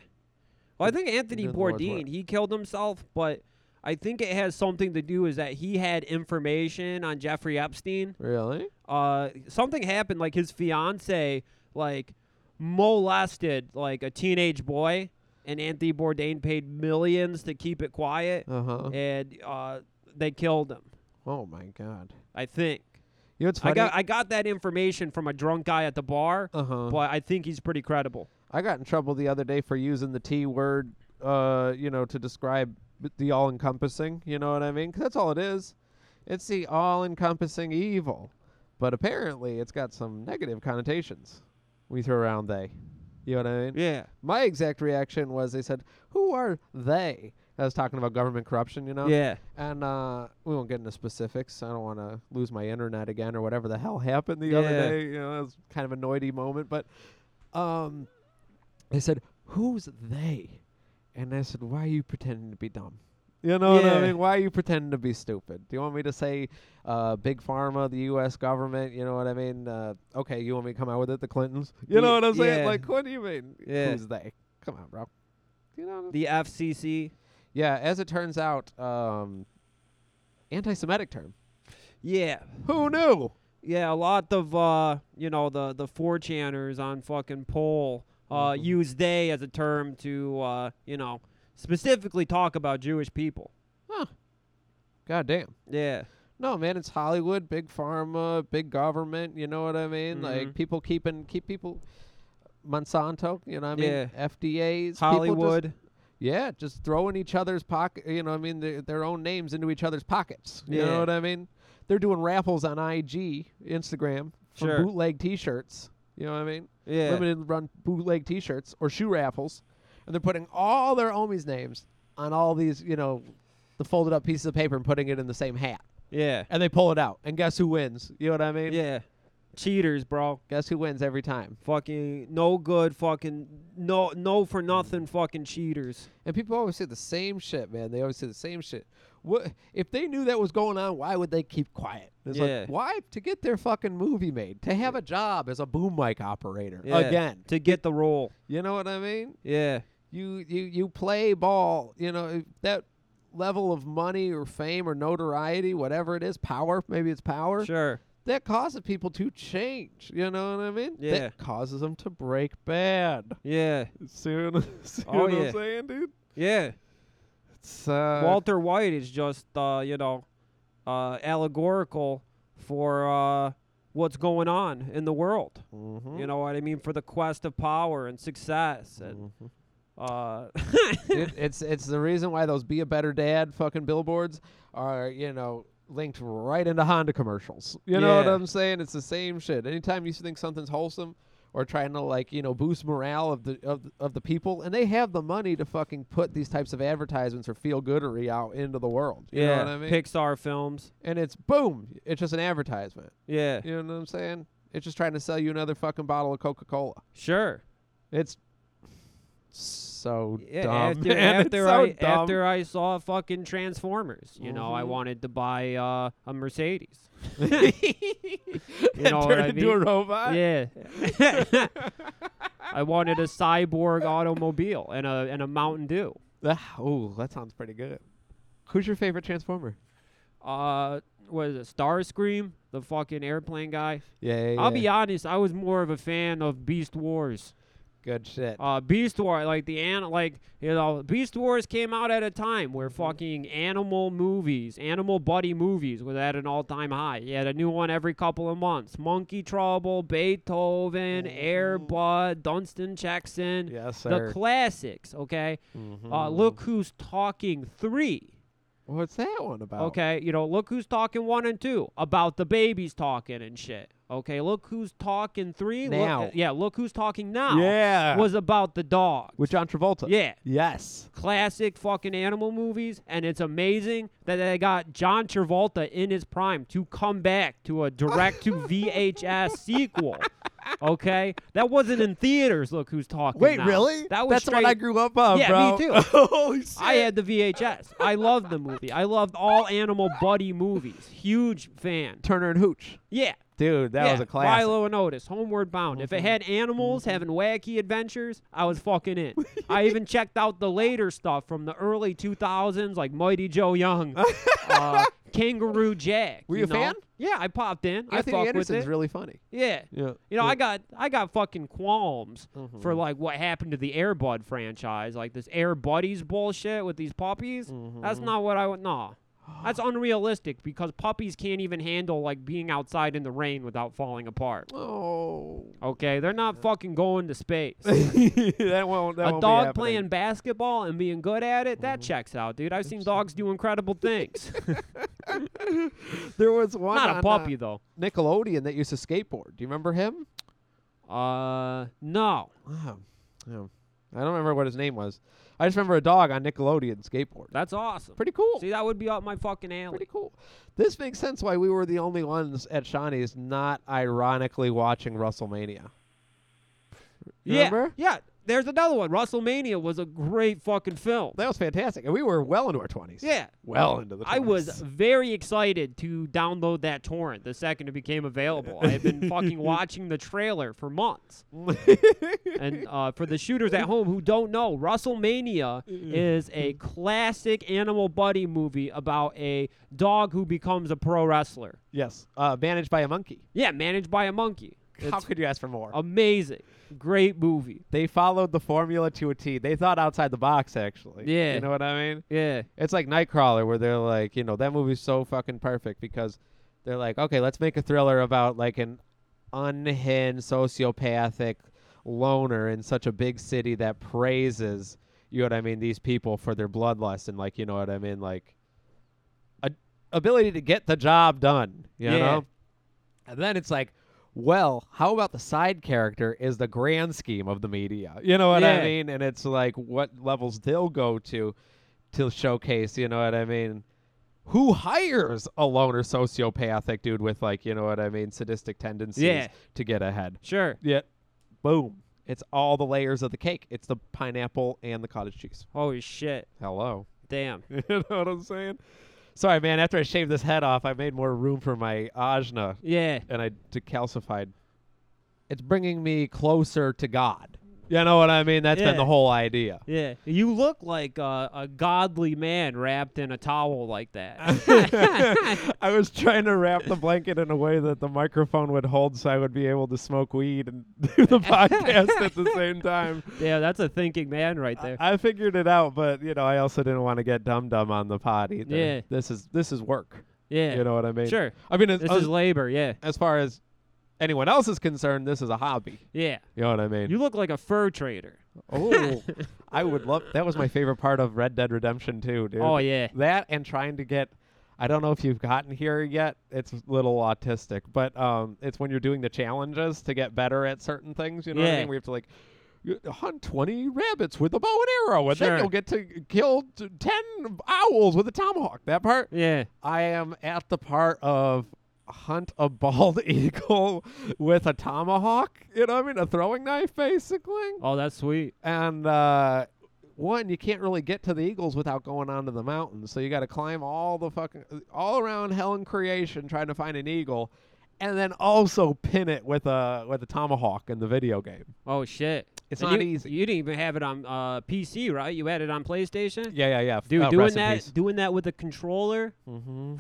Speaker 3: Well, I think Anthony
Speaker 4: doing the Lord's work.
Speaker 3: Bourdain he killed himself, but I think it has something to do is that he had information on Jeffrey Epstein.
Speaker 4: Really?
Speaker 3: uh, something happened like his fiance like molested like a teenage boy and anthony bourdain paid millions to keep it quiet
Speaker 4: Uh huh.
Speaker 3: and uh, they killed him
Speaker 4: Oh my God.
Speaker 3: i think
Speaker 4: You know, it's funny.
Speaker 3: I got I got that information from a drunk guy at the bar,
Speaker 4: Uh-huh.
Speaker 3: but I think he's pretty credible.
Speaker 4: I got in trouble the other day for using the T word, uh, you know, to describe the all encompassing. You know what I mean? 'Cause that's all it is. It's the all encompassing evil. But apparently, it's got some negative connotations. We throw around they. You know what I mean?
Speaker 3: Yeah,
Speaker 4: My exact reaction was they said, Who are they? I was talking about government corruption, you know?
Speaker 3: yeah,
Speaker 4: And uh, we won't get into specifics. I don't want to lose my internet again or whatever the hell happened the other
Speaker 3: Yeah.
Speaker 4: day. You know, that was kind of a noidy moment. But um, they said, "Who's they?" And I said, "Why are you pretending to be dumb?" You know what I
Speaker 3: Yeah.
Speaker 4: mean? Why are you pretending to be stupid? Do you want me to say uh, big pharma, the U.S. government? You know what I mean? Uh, okay, you want me to come out with it, the Clintons? You know
Speaker 3: Ye-
Speaker 4: what I'm saying?
Speaker 3: yeah.
Speaker 4: Like, what do you mean?
Speaker 3: Yeah.
Speaker 4: Who's they? Come on, bro. You know. what I'm-
Speaker 3: The FCC.
Speaker 4: Yeah. As it turns out, um, anti-Semitic term.
Speaker 3: Yeah.
Speaker 4: Who knew?
Speaker 3: Yeah, a lot of uh, you know the the four channers on fucking poll uh,
Speaker 4: Mhm.
Speaker 3: use "they" as a term to uh, you know specifically talk about Jewish people.
Speaker 4: God damn.
Speaker 3: Yeah,
Speaker 4: No, man, it's Hollywood, big pharma, big government. You know what I mean?
Speaker 3: Mhm.
Speaker 4: Like people keeping keep people. Monsanto, you know what I mean?
Speaker 3: Yeah.
Speaker 4: FDA's people just-
Speaker 3: Hollywood.
Speaker 4: Yeah, just throwing each other's pocket. You know, I mean, their, their own names into each other's pockets. You
Speaker 3: Yeah.
Speaker 4: know what I mean? They're doing raffles on IG, Instagram, for
Speaker 3: Sure.
Speaker 4: bootleg T-shirts. You know what I mean?
Speaker 3: Yeah,
Speaker 4: Limited run bootleg T-shirts or shoe raffles, and they're putting all their homies' names on all these, you know, the folded up pieces of paper and putting it in the same hat.
Speaker 3: yeah,
Speaker 4: And they pull it out, and guess who wins? You know what I mean?
Speaker 3: yeah. Cheaters, bro.
Speaker 4: Guess who wins every time?
Speaker 3: Fucking no good. Fucking no, no for nothing. Fucking cheaters.
Speaker 4: And people always say the same shit, man. They always say the same shit. What if they knew that was going on? Why would they keep quiet? It's
Speaker 3: Yeah.
Speaker 4: like why to get their fucking movie made, to have a job as a boom mic operator
Speaker 3: Yeah.
Speaker 4: again.
Speaker 3: to get the role.
Speaker 4: You know what I mean?
Speaker 3: Yeah,
Speaker 4: You you you play ball. You know that level of money or fame or notoriety, whatever it is, power. Maybe it's power
Speaker 3: sure.
Speaker 4: that causes people to change. You know what I mean?
Speaker 3: Yeah.
Speaker 4: That causes them to break bad.
Speaker 3: Yeah,
Speaker 4: See what, see
Speaker 3: Oh,
Speaker 4: what
Speaker 3: yeah.
Speaker 4: I'm saying, dude?
Speaker 3: yeah.
Speaker 4: It's uh,
Speaker 3: Walter White is just uh, you know uh, allegorical for uh, what's going on in the world.
Speaker 4: mhm.
Speaker 3: You know what I mean for the quest of power and success and
Speaker 4: mm-hmm.
Speaker 3: uh,
Speaker 4: Dude, it's it's the reason why those "Be a Better Dad" fucking billboards are you know linked right into Honda commercials. You know what
Speaker 3: Yeah.
Speaker 4: I'm saying? It's the same shit. Anytime you think something's wholesome or trying to like you know boost morale of the of the- of the people, and they have the money to fucking put these types of advertisements or feel goodery out into the world. You
Speaker 3: yeah,
Speaker 4: know what I mean?
Speaker 3: Pixar films.
Speaker 4: and it's boom. It's just an advertisement.
Speaker 3: Yeah,
Speaker 4: You know what I'm saying? It's just trying to sell you another fucking bottle of Coca Cola.
Speaker 3: sure.
Speaker 4: It's so
Speaker 3: Yeah,
Speaker 4: dumb.
Speaker 3: after
Speaker 4: man. It's
Speaker 3: after
Speaker 4: so
Speaker 3: I
Speaker 4: dumb. Mm-hmm.
Speaker 3: after I saw fucking Transformers, you know, I wanted to buy uh, a Mercedes.
Speaker 4: you
Speaker 3: know what I mean?
Speaker 4: robot.
Speaker 3: Yeah. I wanted a cyborg automobile and a and a Mountain Dew.
Speaker 4: Ah, ooh, that sounds pretty good. Who's your favorite Transformer?
Speaker 3: Uh, what is it? Starscream, the fucking airplane guy.
Speaker 4: Yeah,
Speaker 3: I'll be honest, I was more of a fan of Beast Wars.
Speaker 4: good shit.
Speaker 3: Uh, Beast War, like the an, like you know, Beast Wars came out at a time where
Speaker 4: Mm-hmm.
Speaker 3: fucking animal movies, animal buddy movies, was at an all-time high. You had a new one every couple of months. Monkey Trouble, Beethoven, Air Bud, Dunstan Jackson.
Speaker 4: Mm-hmm. yes, Mm-hmm.
Speaker 3: the classics. Okay, uh, look who's talking three.
Speaker 4: What's that one about?
Speaker 3: Okay, you know, look who's talking one and two about the babies talking and shit. Okay, look who's talking three. look- uh,
Speaker 4: Now.
Speaker 3: yeah, look who's talking now.
Speaker 4: Yeah.
Speaker 3: was about the dog.
Speaker 4: With John Travolta.
Speaker 3: yeah,
Speaker 4: Yes.
Speaker 3: classic fucking animal movies, and it's amazing that they got John Travolta in his prime to come back to a direct to VHS sequel. Okay, that wasn't in theaters. Look who's talking. now. That was
Speaker 4: That's
Speaker 3: straight,
Speaker 4: what I grew up on,
Speaker 3: Yeah,
Speaker 4: bro.
Speaker 3: me too.
Speaker 4: Holy shit.
Speaker 3: I had the VHS. I loved the movie. I loved all animal buddy movies. Huge fan.
Speaker 4: Turner and Hooch.
Speaker 3: Yeah.
Speaker 4: Dude, that
Speaker 3: yeah.
Speaker 4: was a classic. Mm-hmm.
Speaker 3: Milo and Otis, Homeward Bound. If it had animals having wacky adventures, I was fucking in. I even checked out the later stuff from the early 2000s, like Mighty Joe Young, uh, Kangaroo Jack.
Speaker 4: Were you a
Speaker 3: know?
Speaker 4: fan?
Speaker 3: Yeah, I popped in. I
Speaker 4: Anthony
Speaker 3: fucked
Speaker 4: Anderson's
Speaker 3: with it.
Speaker 4: really funny.
Speaker 3: yeah.
Speaker 4: Yeah.
Speaker 3: You know, I got I got fucking qualms
Speaker 4: Mm-hmm.
Speaker 3: for like what happened to the Airbud franchise, like this Air Buddies bullshit with these puppies. That's
Speaker 4: Mm-hmm.
Speaker 3: not what I would. Nah, that's unrealistic because puppies can't even handle like being outside in the rain without falling apart.
Speaker 4: Oh.
Speaker 3: Okay, they're not fucking going to space.
Speaker 4: that won't. That
Speaker 3: A dog
Speaker 4: won't be Mm-hmm.
Speaker 3: playing basketball and being good at it, that checks out, dude. I've seen dogs do incredible things.
Speaker 4: happening. There was one.
Speaker 3: not a
Speaker 4: on,
Speaker 3: puppy
Speaker 4: uh,
Speaker 3: though.
Speaker 4: Nickelodeon that used to skateboard. Do you remember him?
Speaker 3: Uh, no,
Speaker 4: Wow. Yeah. I don't remember what his name was. I just remember a dog on Nickelodeon skateboard.
Speaker 3: that's awesome.
Speaker 4: Pretty cool.
Speaker 3: See, that would be up my fucking
Speaker 4: Pretty
Speaker 3: alley.
Speaker 4: cool. This makes sense why we were the only ones at Shawnee's not ironically watching WrestleMania.
Speaker 3: Yeah,
Speaker 4: Remember?
Speaker 3: yeah. there's another one. WrestleMania was a great fucking film.
Speaker 4: That was fantastic. And we were well into our 20s.
Speaker 3: Yeah.
Speaker 4: Well into the 20s.
Speaker 3: I was very excited to download that torrent the second it became available. I had been fucking watching the trailer for months. and uh, for the shooters at home who don't know, WrestleMania is a classic animal buddy movie about a dog who becomes a pro wrestler.
Speaker 4: Yes. Uh, managed by a monkey.
Speaker 3: Yeah, managed by a monkey.
Speaker 4: How
Speaker 3: It's Oh.
Speaker 4: could you ask for more?
Speaker 3: amazing. Great movie.
Speaker 4: they followed the formula to a T. They thought outside the box, actually.
Speaker 3: Yeah.
Speaker 4: You know what I mean?
Speaker 3: Yeah.
Speaker 4: It's like Nightcrawler, where they're like, you know, that movie's so fucking perfect because they're like, okay, let's make a thriller about like an unhinged sociopathic loner in such a big city that praises, you know what I mean, these people for their bloodlust and like, you know what I mean, like a ability to get the job done, you
Speaker 3: Yeah.
Speaker 4: know? And then it's like, well, how about the side character is the grand scheme of the media? You know what I
Speaker 3: Yeah.
Speaker 4: mean? And it's like what levels they'll go to to showcase, you know what I mean? Who hires a loner sociopathic dude with like, you know what I mean, sadistic tendencies
Speaker 3: Yeah.
Speaker 4: to get ahead?
Speaker 3: Sure.
Speaker 4: Yeah. Boom. It's all the layers of the cake. It's the pineapple and the cottage cheese.
Speaker 3: Holy shit.
Speaker 4: Hello.
Speaker 3: Damn.
Speaker 4: you know what I'm saying? Sorry, man. After I shaved this head off, I made more room for my ajna
Speaker 3: Yeah.
Speaker 4: and I decalcified. It's bringing me closer to God. You know what I mean? That's been
Speaker 3: Yeah.
Speaker 4: the whole idea.
Speaker 3: Yeah, you look like uh, a godly man wrapped in a towel like that.
Speaker 4: I was trying to wrap the blanket in a way that the microphone would hold so I would be able to smoke weed and do the podcast at the same time.
Speaker 3: yeah, that's a thinking man right there.
Speaker 4: I figured it out, but you know, I also didn't want to get dum dum on the pod either.
Speaker 3: Yeah.
Speaker 4: This is this is work.
Speaker 3: yeah,
Speaker 4: You know what I mean?
Speaker 3: sure.
Speaker 4: I mean, as,
Speaker 3: This
Speaker 4: as,
Speaker 3: is labor. Yeah,
Speaker 4: as far as anyone else is concerned, this is a hobby.
Speaker 3: yeah.
Speaker 4: You know what I mean?
Speaker 3: You look like a fur trader.
Speaker 4: Oh, I would love. That was my favorite part of Red Dead Redemption 2, dude.
Speaker 3: Oh yeah,
Speaker 4: That and trying to get. I don't know if you've gotten here yet. It's a little autistic, but um, it's when you're doing the challenges to get better at certain things. You know what I
Speaker 3: Yeah.
Speaker 4: mean? We have to like y- hunt 20 rabbits with a bow and arrow, and
Speaker 3: Sure.
Speaker 4: then you'll get to kill t- 10 owls with a tomahawk. That part.
Speaker 3: yeah.
Speaker 4: I am at the part of hunt a bald eagle with a tomahawk. You know what I mean? A throwing knife, basically.
Speaker 3: Oh, that's sweet.
Speaker 4: And uh, one, you can't really get to the Eagles without going onto the mountains. So you got to climb all the fucking all around hell and creation trying to find an eagle, and then also pin it with a with a tomahawk in the video game.
Speaker 3: Oh shit.
Speaker 4: It's
Speaker 3: And
Speaker 4: not
Speaker 3: you-
Speaker 4: easy.
Speaker 3: You didn't even have it on uh, PC, right? You had it on PlayStation.
Speaker 4: Yeah, Oh, yeah, yeah.
Speaker 3: Dude, doing that, Mm-hmm. doing that with a controller.
Speaker 4: hmm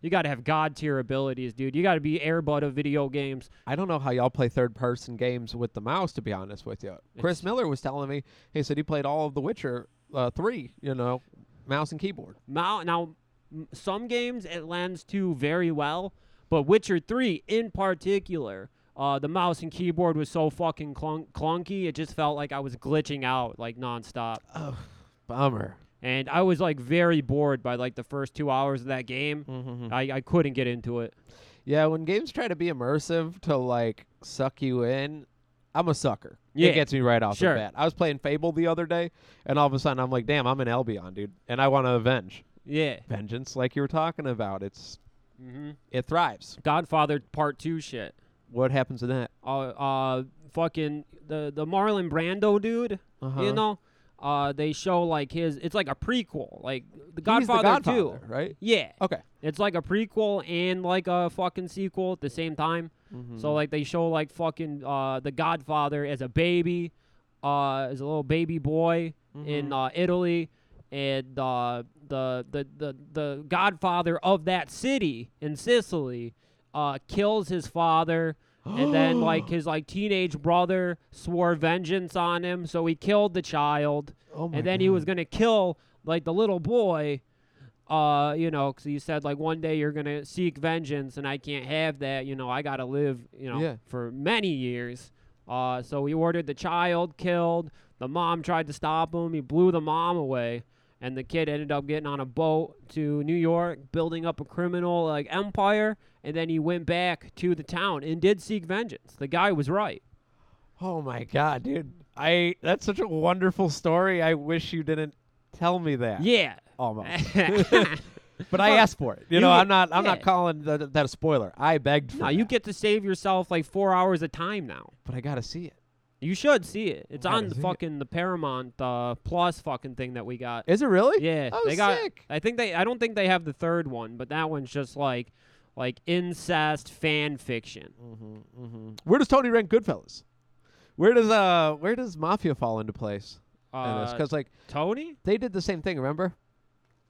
Speaker 3: You got to have god tier abilities, dude. You got to be airbud of video games.
Speaker 4: I don't know how y'all play third person games with the mouse. To be honest with you, Chris Miller was telling me he said he played all of The Witcher uh, three. You know, mouse and keyboard.
Speaker 3: Now, now m- some games it lends to very well, but Witcher 3 in particular, uh, the mouse and keyboard was so fucking clunk- clunky, it just felt like I was glitching out like nonstop.
Speaker 4: Bummer.
Speaker 3: And I was like very bored by like the first two hours of that game.
Speaker 4: Mm-hmm.
Speaker 3: I, I couldn't get into it.
Speaker 4: Yeah, when games try to be immersive to like suck you in, I'm a sucker.
Speaker 3: Yeah.
Speaker 4: It gets me right off
Speaker 3: Sure.
Speaker 4: the bat. I was playing Fable the other day, and all of a sudden I'm like, damn, I'm an Albion, dude, and I want to avenge.
Speaker 3: Yeah.
Speaker 4: Vengeance, like you were talking about, it's
Speaker 3: Mm-hmm.
Speaker 4: it thrives.
Speaker 3: Godfather Part 2 shit.
Speaker 4: What happens to that?
Speaker 3: uh, uh fucking the the Marlon Brando dude.
Speaker 4: Uh-huh.
Speaker 3: You know, uh, they show like his. It's like a prequel, like the
Speaker 4: He's the
Speaker 3: Godfather,
Speaker 4: Godfather,
Speaker 3: too.
Speaker 4: right?
Speaker 3: Yeah,
Speaker 4: Okay.
Speaker 3: it's like a prequel and like a fucking sequel at the same time. So like they show like fucking uh the Godfather as a baby, uh as a little baby boy in uh, Italy. And uh, the, the the the Godfather of that city in Sicily uh, kills his father, and then like his like teenage brother swore vengeance on him, so he killed the child,
Speaker 4: Oh my
Speaker 3: and then he was gonna kill like the little boy, uh, you know, because he said like one day you're gonna seek vengeance, and I can't have that, you know, I gotta live, you know,
Speaker 4: Yeah.
Speaker 3: for many years. Uh, so he ordered the child killed. The mom tried to stop him. He blew the mom away, and the kid ended up getting on a boat to New York, building up a criminal like empire. And then he went back to the town and did seek vengeance. The guy was right.
Speaker 4: Oh my god, dude. I that's such a wonderful story. I wish you didn't tell me that.
Speaker 3: Yeah.
Speaker 4: Almost. But I asked for it. You,
Speaker 3: You
Speaker 4: know,
Speaker 3: get-
Speaker 4: I'm not I'm not
Speaker 3: yeah.
Speaker 4: calling that, that a spoiler. I begged for
Speaker 3: no,
Speaker 4: it.
Speaker 3: you get to save yourself like four hours of time now.
Speaker 4: but I gotta see it.
Speaker 3: You should see it. It's
Speaker 4: Wow,
Speaker 3: on the
Speaker 4: is it?
Speaker 3: fucking the Paramount uh, Plus fucking thing that we got.
Speaker 4: Is it really?
Speaker 3: Yeah,
Speaker 4: Oh,
Speaker 3: they got.
Speaker 4: sick.
Speaker 3: I think they. I don't think they have the third one, but that one's just like, like incest fan fiction.
Speaker 4: Where does Tony rank Goodfellas? Where does uh where does Mafia fall into place?
Speaker 3: Uh,
Speaker 4: Because like
Speaker 3: Tony?
Speaker 4: they did the same thing, remember?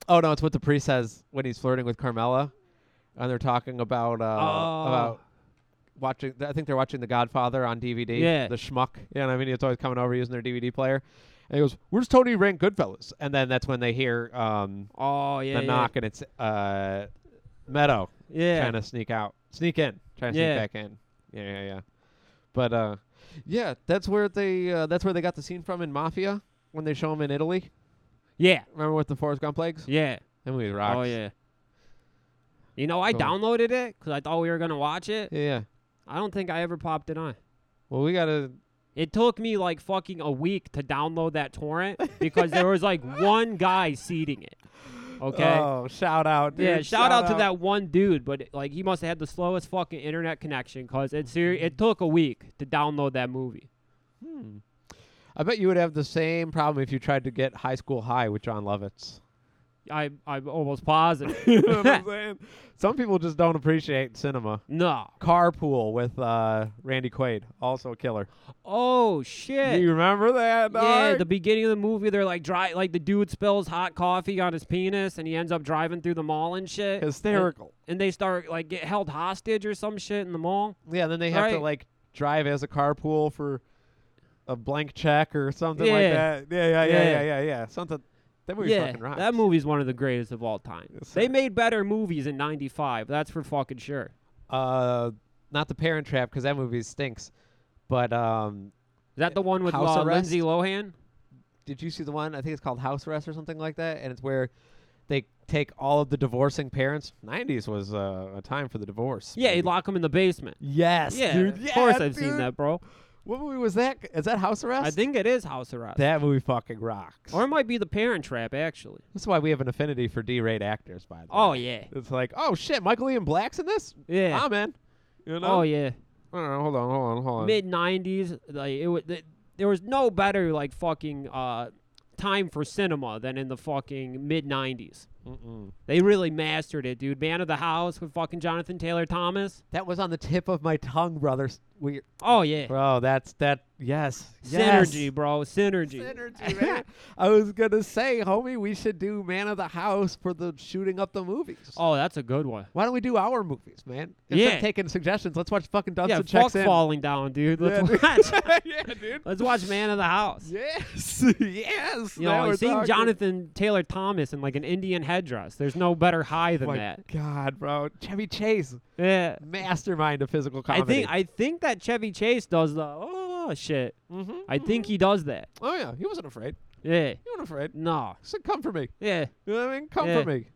Speaker 4: Oh no, it's what the priest says when he's flirting with Carmela, and they're talking about uh
Speaker 3: Oh.
Speaker 4: about watching. I think they're watching The Godfather on DVD.
Speaker 3: Yeah.
Speaker 4: the schmuck. You know what I mean? It's always coming over using their DVD player. And he goes, "Where's Tony rank Goodfellas?" And then that's when they hear um
Speaker 3: Oh yeah.
Speaker 4: the
Speaker 3: yeah,
Speaker 4: knock, and it's uh Meadow
Speaker 3: Yeah.
Speaker 4: trying to sneak out, sneak in, trying to
Speaker 3: Yeah.
Speaker 4: sneak back in. Yeah, yeah, yeah. But uh, yeah, that's where they uh, that's where they got the scene from in Mafia when they show him in Italy.
Speaker 3: yeah.
Speaker 4: Remember with the Forrest Gump legs?
Speaker 3: Yeah.
Speaker 4: That movie rocks.
Speaker 3: Oh yeah. You know, I
Speaker 4: Cool.
Speaker 3: downloaded it because I thought we were gonna watch it.
Speaker 4: yeah, yeah.
Speaker 3: I don't think I ever popped it on.
Speaker 4: Well, we gotta.
Speaker 3: It took me like fucking a week to download that torrent because there was like one guy seeding it. Okay.
Speaker 4: Oh, shout out. Dude.
Speaker 3: yeah, shout, out, to that one dude, but like he must have had the slowest fucking internet connection because it ser- it
Speaker 4: Mm-hmm.
Speaker 3: took a week to download that movie.
Speaker 4: I bet you would have the same problem if you tried to get High School High with John Lovitz.
Speaker 3: I I'm almost positive.
Speaker 4: You know what I'm saying? Some people just don't appreciate cinema.
Speaker 3: no.
Speaker 4: Carpool with uh, Randy Quaid, also a killer.
Speaker 3: Oh shit.
Speaker 4: You remember that?
Speaker 3: yeah,
Speaker 4: dog?
Speaker 3: the beginning of the movie, they're like dry, like the dude spills hot coffee on his penis, and he ends up driving through the mall and shit. And-
Speaker 4: hysterical.
Speaker 3: And, they start like get held hostage or some shit in the mall.
Speaker 4: Yeah, then they have to
Speaker 3: Right.
Speaker 4: like drive as a carpool for a blank check or something like
Speaker 3: Yeah.
Speaker 4: that. Yeah, yeah, yeah, yeah,
Speaker 3: Yeah.
Speaker 4: yeah, yeah. Something that movie
Speaker 3: yeah,
Speaker 4: fucking rocks.
Speaker 3: that movie's one of the greatest of all time.
Speaker 4: Yes, sir.
Speaker 3: they made better movies in '95. That's for fucking sure.
Speaker 4: Uh, not the Parent Trap because that movie stinks. But um,
Speaker 3: Is that the one with
Speaker 4: House
Speaker 3: uh,
Speaker 4: Arrest?
Speaker 3: Lindsay Lohan?
Speaker 4: did you see the one? I think it's called House Arrest or something like that, and it's where they take all of the divorcing parents. Nineties was uh, a time for the divorce.
Speaker 3: Yeah,
Speaker 4: baby.
Speaker 3: he'd lock him in the basement.
Speaker 4: yes,
Speaker 3: yeah,
Speaker 4: dude.
Speaker 3: of course
Speaker 4: yeah,
Speaker 3: I've seen
Speaker 4: dude.
Speaker 3: that, bro.
Speaker 4: What movie was that? Is that House Arrest?
Speaker 3: I think it is House Arrest,
Speaker 4: that movie fucking rocks.
Speaker 3: or it might be The Parent Trap actually.
Speaker 4: That's why we have an affinity for D-rate actors, by the way.
Speaker 3: Oh yeah,
Speaker 4: It's like, oh shit, Michael Ian Black's in this?
Speaker 3: yeah.
Speaker 4: I'm in. You know?
Speaker 3: oh yeah.
Speaker 4: I don't know, hold on, hold on, hold on.
Speaker 3: mid '90s. Like it was, there was no better like fucking uh, time for cinema than in the fucking mid '90s.
Speaker 4: Mm-mm.
Speaker 3: They really mastered it, dude. Man of the House with fucking Jonathan Taylor Thomas.
Speaker 4: That was on the tip of my tongue, brothers. We,
Speaker 3: Oh yeah,
Speaker 4: bro, that's that. Yes,
Speaker 3: synergy, bro, synergy.
Speaker 4: Yes. Synergy, man. I was gonna say, homie, we should do Man of the House for the shooting up the movies.
Speaker 3: Oh, that's a good one.
Speaker 4: Why don't we do our movies, man? Instead
Speaker 3: Yeah.
Speaker 4: of taking suggestions, let's watch fucking Dunson
Speaker 3: yeah, fuck
Speaker 4: checks in.
Speaker 3: falling down, dude.
Speaker 4: Yeah,
Speaker 3: Let's
Speaker 4: dude.
Speaker 3: watch.
Speaker 4: yeah, dude.
Speaker 3: Let's watch Man of the House.
Speaker 4: Yes, yes.
Speaker 3: You
Speaker 4: now
Speaker 3: know,
Speaker 4: we're
Speaker 3: I've seen
Speaker 4: talking.
Speaker 3: Jonathan Taylor Thomas in like an Indian headdress. There's no better high than
Speaker 4: My
Speaker 3: that.
Speaker 4: God, bro, Chevy Chase.
Speaker 3: Yeah.
Speaker 4: mastermind of physical comedy.
Speaker 3: I think I think that Chevy Chase does the oh shit.
Speaker 4: Mhm,
Speaker 3: I think he does that.
Speaker 4: oh yeah, he wasn't afraid.
Speaker 3: Yeah.
Speaker 4: He wasn't afraid. He
Speaker 3: No.
Speaker 4: said, "Come for me."
Speaker 3: Yeah.
Speaker 4: You know what I mean? Come
Speaker 3: Yeah.
Speaker 4: for me.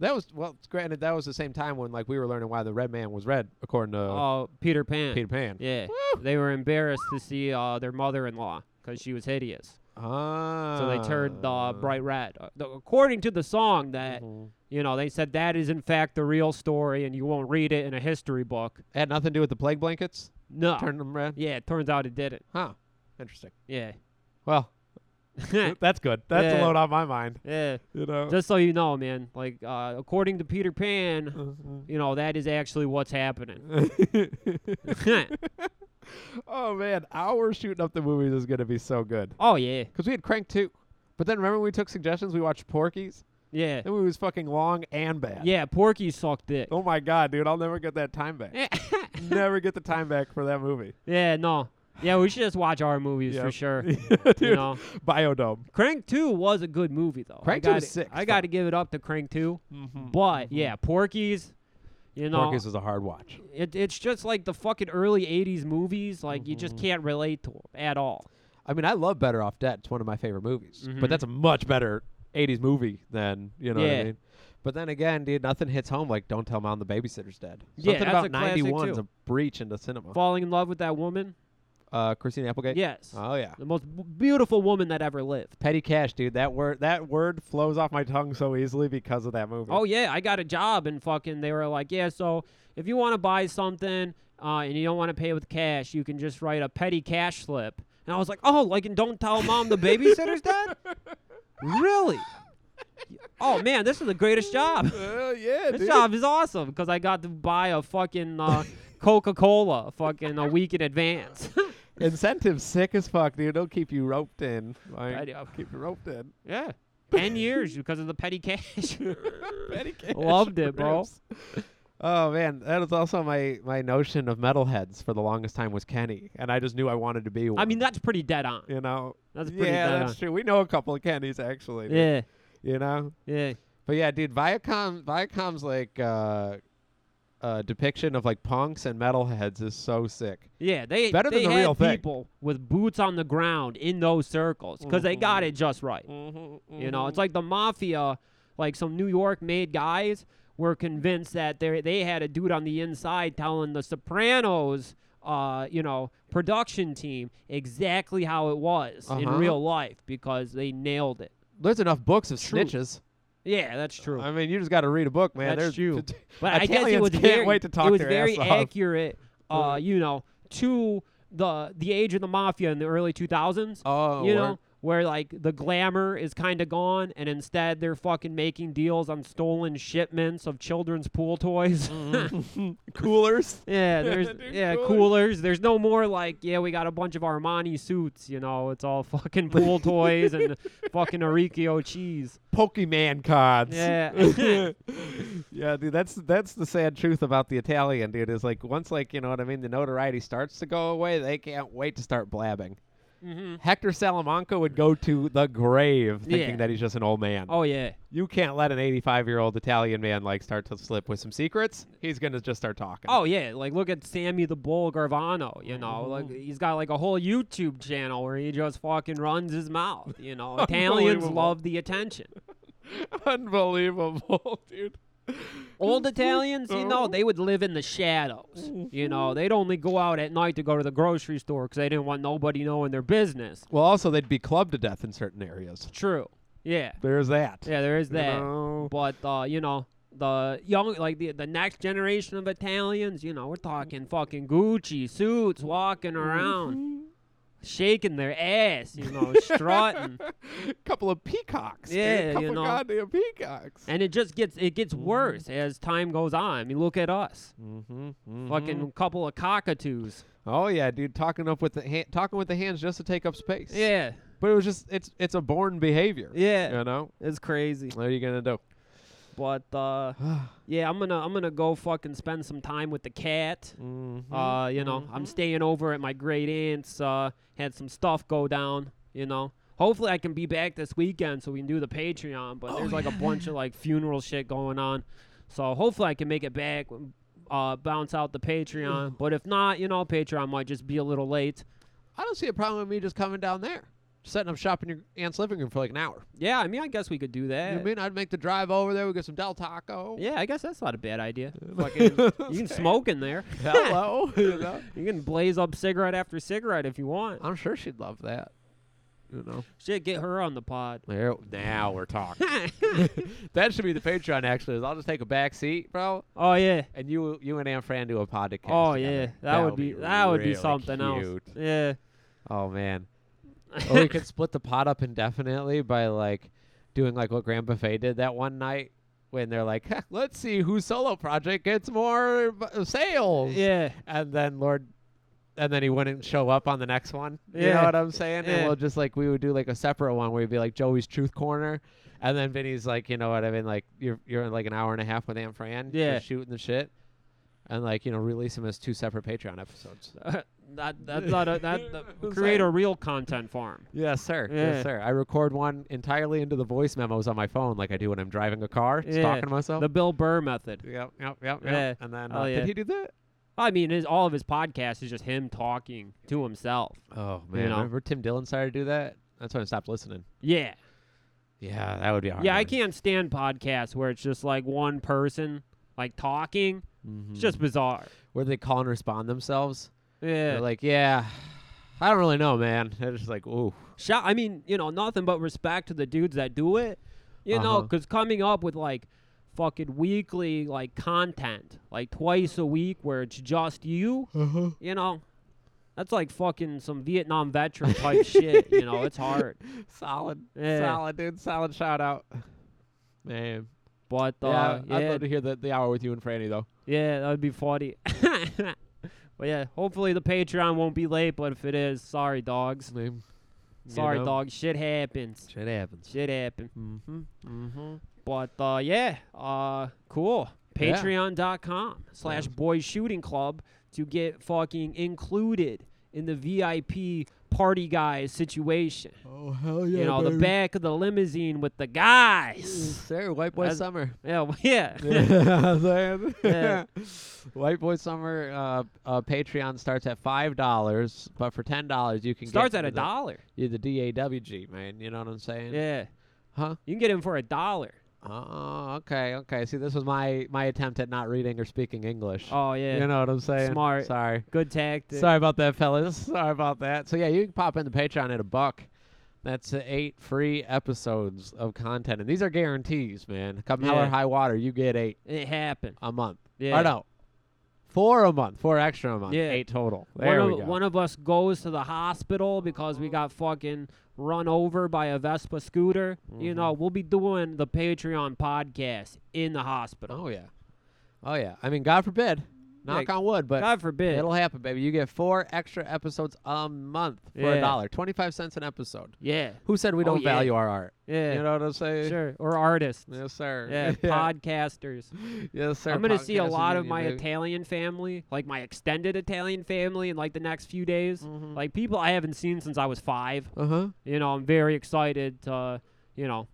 Speaker 4: That was well. Granted, that was the same time when like we were learning why the red man was red, according to
Speaker 3: Oh, Peter Pan.
Speaker 4: Peter Pan.
Speaker 3: Yeah.
Speaker 4: Woo!
Speaker 3: They were embarrassed to see uh, their mother-in-law because she was hideous,
Speaker 4: Ah.
Speaker 3: so they turned uh, bright red. Uh, th- according to the song,
Speaker 4: Mm-hmm.
Speaker 3: that you know, they said that is in fact the real story, and you won't read it in a history book.
Speaker 4: Had nothing to do with the plague blankets.
Speaker 3: No.
Speaker 4: Turned them
Speaker 3: Ah.
Speaker 4: red.
Speaker 3: yeah. It turns out it didn't.
Speaker 4: Huh. Interesting.
Speaker 3: Yeah.
Speaker 4: Well, that's good. That's a
Speaker 3: Yeah.
Speaker 4: load off my mind.
Speaker 3: yeah.
Speaker 4: You know.
Speaker 3: Just so you know, man. Like, uh, according to Peter Pan, you know that is actually what's happening.
Speaker 4: oh man, our shooting up the movies is gonna be so good.
Speaker 3: oh yeah.
Speaker 4: Because we had Crank 2. But then remember when we took suggestions? We watched Porky's?
Speaker 3: Yeah.
Speaker 4: That movie was fucking long and bad.
Speaker 3: Yeah. Porky sucked dick.
Speaker 4: Oh my god, dude. I'll never get that time back. never get the time back for that movie.
Speaker 3: Yeah, no. Yeah, we should just watch our movies for
Speaker 4: Yep.
Speaker 3: sure.
Speaker 4: dude,
Speaker 3: You know,
Speaker 4: Biodome.
Speaker 3: Crank Two was a good movie though.
Speaker 4: Crank
Speaker 3: I
Speaker 4: 2 is
Speaker 3: gotta-
Speaker 4: sick,
Speaker 3: I
Speaker 4: though. Mm-hmm.
Speaker 3: got to give it up to Crank 2 but yeah, Porky's. You know,
Speaker 4: Porky's is a hard watch.
Speaker 3: it, it's just like the fucking early '80s movies. Like you just can't relate to 'em at all.
Speaker 4: I mean, I love Better Off Dead. It's one of my favorite movies. But that's a much better 80s movie than, you know what I
Speaker 3: Mm-hmm. Yeah.
Speaker 4: mean? But then again, dude, nothing hits home like Don't Tell Mom the Babysitter's Dead.
Speaker 3: Yeah,
Speaker 4: Something
Speaker 3: that's
Speaker 4: about
Speaker 3: a classic,
Speaker 4: 91's
Speaker 3: too.
Speaker 4: a breach into cinema.
Speaker 3: Falling in love with that woman.
Speaker 4: Uh, Christine Applegate?
Speaker 3: Yes,
Speaker 4: Oh, yeah.
Speaker 3: the most b- beautiful woman that ever lived.
Speaker 4: Petty cash, dude. That word that word flows off my tongue so easily because of that movie.
Speaker 3: Oh yeah, I got a job and fucking they were like, yeah, so if you want to buy something uh, and you don't want to pay with cash, you can just write a petty cash slip And I was like, oh, like and don't tell mom the babysitter's dead? really? Oh man, this is the greatest job.
Speaker 4: Well, Uh, yeah,
Speaker 3: This
Speaker 4: dude.
Speaker 3: job is awesome because I got to buy a fucking uh, Coca Cola fucking a week in advance.
Speaker 4: Incentives sick as fuck, dude. They'll keep you roped in. Like,
Speaker 3: Right up.
Speaker 4: Keep you roped in.
Speaker 3: yeah. 10 years because of the petty cash.
Speaker 4: Petty cash
Speaker 3: Loved it, bro.
Speaker 4: rips. Oh man, that was also my my notion of metalheads for the longest time was Kenny, and I just knew I wanted to be one.
Speaker 3: I mean, that's pretty dead on.
Speaker 4: you know,
Speaker 3: That's pretty
Speaker 4: yeah,
Speaker 3: dead
Speaker 4: that's
Speaker 3: on.
Speaker 4: true. We know a couple of Kennys actually. dude,
Speaker 3: Yeah.
Speaker 4: you know,
Speaker 3: Yeah.
Speaker 4: but yeah, dude, Viacom Viacom's like uh, uh, depiction of like punks and metalheads is so sick.
Speaker 3: Yeah, they
Speaker 4: Better than
Speaker 3: they
Speaker 4: the
Speaker 3: had
Speaker 4: real thing.
Speaker 3: people with boots on the ground in those circles because they got it just right.
Speaker 4: Mm-hmm,
Speaker 3: You know, it's like the mafia, like some New York made guys were convinced that they they had a dude on the inside telling the Sopranos, uh, you know, production team exactly how it was in
Speaker 4: Uh-huh.
Speaker 3: real life because they nailed it.
Speaker 4: There's enough books of
Speaker 3: True.
Speaker 4: snitches.
Speaker 3: Yeah, that's true.
Speaker 4: I mean, you just got to read a book, man.
Speaker 3: That's
Speaker 4: There's
Speaker 3: true. But I
Speaker 4: Italians
Speaker 3: guess it was
Speaker 4: can't
Speaker 3: very,
Speaker 4: wait to talk
Speaker 3: it was
Speaker 4: their
Speaker 3: very
Speaker 4: ass off.
Speaker 3: accurate, uh, you know, to the the age of the mafia in the early 2000s.
Speaker 4: Oh,
Speaker 3: you
Speaker 4: word.
Speaker 3: know, where like the glamour is kind of gone, and instead they're fucking making deals on stolen shipments of children's pool toys.
Speaker 4: Mm-hmm. coolers.
Speaker 3: yeah, there's
Speaker 4: Dude,
Speaker 3: yeah
Speaker 4: coolers.
Speaker 3: coolers. There's no more like yeah we got a bunch of Armani suits. You know, it's all fucking pool toys and fucking Arikio cheese.
Speaker 4: Pokemon cards.
Speaker 3: Yeah.
Speaker 4: yeah, dude, that's that's the sad truth about the Italian dude is like once like you know what I mean, the notoriety starts to go away, they can't wait to start blabbing.
Speaker 3: Mm-hmm.
Speaker 4: Hector Salamanca would go to the grave thinking
Speaker 3: Yeah.
Speaker 4: that he's just an old man.
Speaker 3: Oh yeah.
Speaker 4: You can't let an 85 year old Italian man like start to slip with some secrets. He's gonna just start talking.
Speaker 3: Oh yeah, like look at Sammy the Bull Garvano. You
Speaker 4: Mm-hmm.
Speaker 3: know, like he's got like a whole YouTube channel where he just fucking runs his mouth. You know, Italians
Speaker 4: Unbelievable.
Speaker 3: love the attention.
Speaker 4: unbelievable, dude.
Speaker 3: Old Italians, you know, they would live in the shadows. You know, they'd only go out at night to go to the grocery store because they didn't want nobody knowing their business.
Speaker 4: Well, also they'd be clubbed to death in certain areas.
Speaker 3: True. Yeah.
Speaker 4: There's that.
Speaker 3: Yeah, there is
Speaker 4: You
Speaker 3: that.
Speaker 4: know.
Speaker 3: But uh, you know, the young like the the next generation of Italians, you know, we're talking fucking Gucci suits walking around. Shaking their ass, you know, strutting,
Speaker 4: couple of peacocks. dude.
Speaker 3: Yeah, you
Speaker 4: couple
Speaker 3: know.
Speaker 4: goddamn peacocks.
Speaker 3: and it just gets it gets worse as time goes on. I mean, look at us,
Speaker 4: Mm-hmm,
Speaker 3: fucking couple of cockatoos.
Speaker 4: Oh yeah, dude, talking up with the hand, talking with the hands just to take up space.
Speaker 3: Yeah,
Speaker 4: But it was just it's it's a born behavior.
Speaker 3: Yeah.
Speaker 4: You know.
Speaker 3: it's crazy.
Speaker 4: What are you gonna do?
Speaker 3: But uh, yeah, I'm gonna I'm gonna go fucking spend some time with the cat.
Speaker 4: Mm-hmm.
Speaker 3: Uh, you know, I'm staying over at my great aunt's. Uh, had some stuff go down. You know, hopefully I can be back this weekend so we can do the Patreon.
Speaker 4: Oh,
Speaker 3: But there's like a bunch of like funeral shit going on, so hopefully I can make it back. Uh, bounce out the Patreon. but if not, you know, Patreon might just be a little late.
Speaker 4: I don't see a problem with me just coming down there, setting up shop in your aunt's living room for like an hour.
Speaker 3: Yeah, I mean, I guess we could do that.
Speaker 4: You mean I'd make the drive over there? We get some Del Taco.
Speaker 3: yeah, I guess that's not a bad idea. Fucking, you can smoke in there.
Speaker 4: Hello. you know?
Speaker 3: You can blaze up cigarette after cigarette if you want.
Speaker 4: I'm sure she'd love that. You know.
Speaker 3: Shit, get her on the pod.
Speaker 4: There, now we're talking. that should be the Patreon. Actually, is I'll just take a back seat, bro.
Speaker 3: oh yeah.
Speaker 4: And you, you and Aunt Fran do a podcast.
Speaker 3: Oh yeah.
Speaker 4: together.
Speaker 3: That, would be, that would be
Speaker 4: really
Speaker 3: something
Speaker 4: cute.
Speaker 3: else. Yeah.
Speaker 4: Oh man. or we could split the pot up indefinitely by like doing like what Grand Buffet did that one night when they're like, "Huh, let's see whose solo project gets more bu- sales.
Speaker 3: Yeah.
Speaker 4: And then Lord, and then he wouldn't show up on the next one. You know
Speaker 3: Yeah.
Speaker 4: what I'm saying? And
Speaker 3: Yeah.
Speaker 4: we'll just like we would do like a separate one where we'd be like Joey's Truth Corner. And then Vinny's like, you know what I mean? Like you're you're in like an hour and a half with Aunt Fran, just
Speaker 3: Yeah.
Speaker 4: shooting the shit, and like you know release them as two separate Patreon episodes.
Speaker 3: that that's not a, that
Speaker 4: I'm
Speaker 3: that create a real content farm.
Speaker 4: Yes, sir. Yes,
Speaker 3: Yeah.
Speaker 4: sir. I record one entirely into the voice memos on my phone, like I do when I'm driving a car, just
Speaker 3: Yeah.
Speaker 4: talking to myself.
Speaker 3: The Bill Burr method.
Speaker 4: yep, yep, yep,
Speaker 3: Yeah.
Speaker 4: yep. And then, uh,
Speaker 3: Oh, yeah.
Speaker 4: did he do that?
Speaker 3: I mean, his, all of his podcasts is just him talking to himself.
Speaker 4: Oh
Speaker 3: man.
Speaker 4: remember Tim Dillon started to do that? That's when I stopped listening.
Speaker 3: Yeah.
Speaker 4: Yeah, that would be hard.
Speaker 3: Yeah, I can't stand podcasts where it's just like one person like talking.
Speaker 4: Mm-hmm.
Speaker 3: It's just bizarre.
Speaker 4: Where they call and respond themselves.
Speaker 3: Yeah.
Speaker 4: They're like, yeah, I don't really know, man. They're just like, ooh,
Speaker 3: Shout, I mean, you know, nothing but respect to the dudes that do it. You know, 'cause know,
Speaker 4: Uh-huh.
Speaker 3: because coming up with like fucking weekly like content, like twice a week where it's just you, you know, That's like fucking some Vietnam veteran type shit. You know, it's hard.
Speaker 4: Solid,
Speaker 3: Yeah.
Speaker 4: solid, dude. Solid shout out, man.
Speaker 3: But
Speaker 4: yeah,
Speaker 3: uh, yeah,
Speaker 4: I'd love to hear the, the hour with you and Franny though.
Speaker 3: yeah, that would be funny. but yeah, hopefully the Patreon won't be late. But if it is, sorry, dogs. Sorry,
Speaker 4: know?
Speaker 3: dog. Shit happens.
Speaker 4: Shit happens.
Speaker 3: Shit happened.
Speaker 4: Mm-hmm. Mm-hmm.
Speaker 3: But uh, yeah, uh, cool.
Speaker 4: Yeah.
Speaker 3: Patreon.com slash boys shooting club to get fucking included in the VIP party guys situation.
Speaker 4: Oh hell
Speaker 3: you know, the back of the limousine with the guys.
Speaker 4: Sir, white boy
Speaker 3: That's-
Speaker 4: summer.
Speaker 3: Yeah, yeah. Yeah.
Speaker 4: White boy summer uh, uh, Patreon starts at five dollars, but for ten dollars you can
Speaker 3: Starts
Speaker 4: get
Speaker 3: at a
Speaker 4: into the-
Speaker 3: dollar.
Speaker 4: You're the DAWG man. You know what I'm saying?
Speaker 3: Yeah.
Speaker 4: Huh?
Speaker 3: You can get him for a dollar.
Speaker 4: Oh, okay, okay. See, this was my my attempt at not reading or speaking English.
Speaker 3: Oh, yeah.
Speaker 4: You know what I'm saying?
Speaker 3: Smart.
Speaker 4: Sorry.
Speaker 3: Good tactic.
Speaker 4: Sorry about that, fellas. Sorry about that. So yeah, you can pop into Patreon at a buck. That's uh, eight free episodes of content, and these are guarantees, man. Come hell
Speaker 3: Yeah.
Speaker 4: or high water, you get eight
Speaker 3: It happened.
Speaker 4: a month.
Speaker 3: Yeah.
Speaker 4: Or no, four a month, four extra a month.
Speaker 3: Yeah.
Speaker 4: Eight total. There
Speaker 3: one,
Speaker 4: we
Speaker 3: of,
Speaker 4: go.
Speaker 3: one of us goes to the hospital because we got fucking run over by a Vespa scooter.
Speaker 4: Mm-hmm.
Speaker 3: You know, we'll be doing the Patreon podcast in the hospital.
Speaker 4: oh yeah, oh yeah. I mean, God forbid. Knock on wood, but
Speaker 3: God forbid.
Speaker 4: It'll happen, baby. You get four extra episodes a month for a
Speaker 3: Yeah.
Speaker 4: dollar, twenty-five cents an episode.
Speaker 3: yeah.
Speaker 4: Who said we
Speaker 3: Oh,
Speaker 4: don't
Speaker 3: yeah.
Speaker 4: value our art?
Speaker 3: Yeah.
Speaker 4: You know what I'm saying?
Speaker 3: sure. Or artists. Yeah.
Speaker 4: Yes, sir.
Speaker 3: podcasters.
Speaker 4: yes, sir.
Speaker 3: I'm gonna see a
Speaker 4: Podcasting
Speaker 3: lot of
Speaker 4: union,
Speaker 3: my
Speaker 4: baby.
Speaker 3: Italian family, like my extended Italian family, in like the next few days.
Speaker 4: Mhm.
Speaker 3: Like people I haven't seen since I was five.
Speaker 4: Uh huh.
Speaker 3: You know, I'm very excited. To, uh, you know,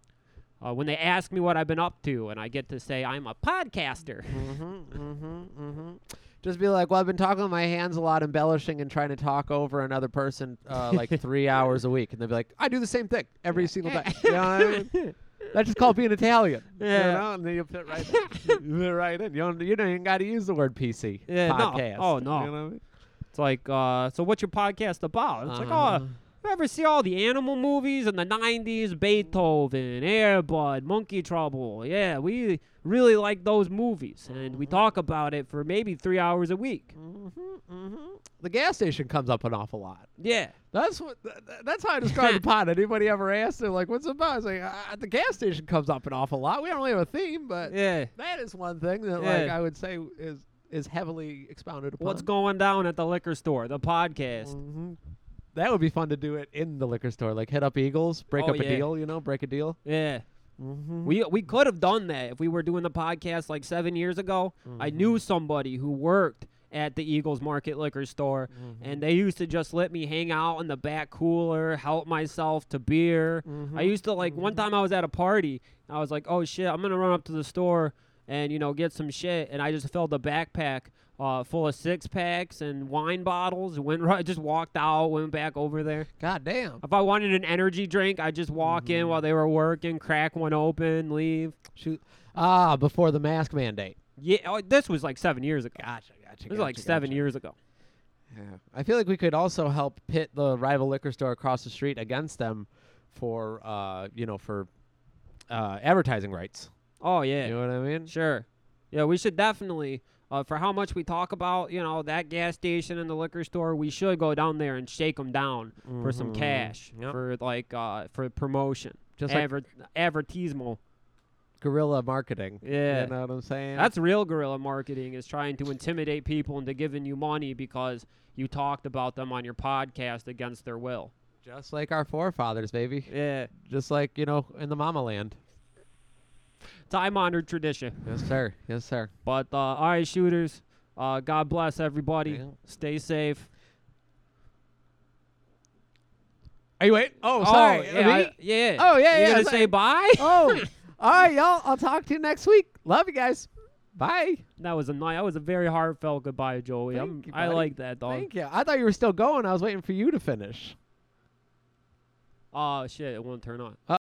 Speaker 3: uh, when they ask me what I've been up to, and I get to say I'm a podcaster.
Speaker 4: Mm-hmm, mm-hmm, mm-hmm. Just be like, well, I've been talking with my hands a lot, embellishing and trying to talk over another person uh, like three hours a week, and they'll be like, I do the same thing every single day. You know what I mean? That's just called being Italian. You
Speaker 3: Yeah.
Speaker 4: know? And then you'll fit right in. you fit right in. You don't, you don't even got to use the word PC.
Speaker 3: Yeah, no.
Speaker 4: podcast.
Speaker 3: Oh, no.
Speaker 4: You know what I mean?
Speaker 3: It's like, uh, so what's your podcast about? It's like,
Speaker 4: Uh-huh.
Speaker 3: oh, you ever see all the animal movies in the 90s? Beethoven, Airbud, Monkey Trouble. Yeah, we really like those movies. And we talk about it for maybe three hours a week.
Speaker 4: Mm-hmm, The gas station comes up an awful lot.
Speaker 3: Yeah.
Speaker 4: That's what. Th- th- that's how I describe the pod. Anybody ever asked them like, "What's the pod?" It's like uh, the gas station comes up an awful lot. We don't really have a theme, but
Speaker 3: Yeah.
Speaker 4: that is one thing that like
Speaker 3: Yeah.
Speaker 4: I would say is is heavily expounded upon.
Speaker 3: What's going down at the liquor store? The podcast.
Speaker 4: Mhm. That would be fun to do it in the liquor store. Like hit up Eagles, break
Speaker 3: Oh,
Speaker 4: up a
Speaker 3: yeah. Mm-hmm.
Speaker 4: deal. You know, break a deal.
Speaker 3: Yeah. We we could have done that if we were doing the podcast like seven years ago. I knew somebody who worked at the Eagles Market liquor store, and they used to just let me hang out in the back cooler, help myself to beer. I used to like one time I was at a party, and I was like, "Oh shit, I'm gonna run up to the store and you know get some shit," and I just filled the backpack. Uh, full of six packs and wine bottles. and Went right, just walked out, went back over there.
Speaker 4: God damn,
Speaker 3: If I wanted an energy drink, I'd just walk in while they were working, crack one open, leave.
Speaker 4: shoot! Ah, before the mask mandate.
Speaker 3: Yeah, oh, this was like seven years ago.
Speaker 4: Gotcha, gotcha.
Speaker 3: It was like seven years ago.
Speaker 4: Yeah. I feel like we could also help pit the rival liquor store across the street against them for uh, you know, for uh, advertising rights.
Speaker 3: Oh yeah,
Speaker 4: You know what I mean?
Speaker 3: sure. Yeah, we should definitely, uh, for how much we talk about, you know, that gas station and the liquor store, we should go down there and shake them down for some cash
Speaker 4: Yep.
Speaker 3: for like uh, for promotion,
Speaker 4: Mm-hmm. Just like-
Speaker 3: Adver- advertisement.
Speaker 4: Guerrilla marketing.
Speaker 3: Yeah.
Speaker 4: You know what I'm saying?
Speaker 3: That's real guerrilla marketing is trying to intimidate people into giving you money because you talked about them on your podcast against their will.
Speaker 4: just like our forefathers, baby.
Speaker 3: Yeah.
Speaker 4: Just like, you know, in the mama land.
Speaker 3: time honored tradition.
Speaker 4: Yes, sir. Yes, sir.
Speaker 3: But uh, all right, shooters. Uh, God bless everybody.
Speaker 4: Yeah.
Speaker 3: Stay safe.
Speaker 4: Are you wait? Oh,
Speaker 3: Oh, yeah, I- yeah.
Speaker 4: Oh, yeah,
Speaker 3: You
Speaker 4: yeah,
Speaker 3: gonna
Speaker 4: so-
Speaker 3: say bye?
Speaker 4: oh. All right, y'all. I'll talk to you next week. Love you guys. Bye.
Speaker 3: that was a nice. That was a very heartfelt goodbye, Joey.
Speaker 4: Thank
Speaker 3: I'm-
Speaker 4: you,
Speaker 3: I
Speaker 4: buddy.
Speaker 3: like that, dog.
Speaker 4: Thank you. I thought you were still going. I was waiting for you to finish.
Speaker 3: Oh shit, it won't turn on.
Speaker 4: Uh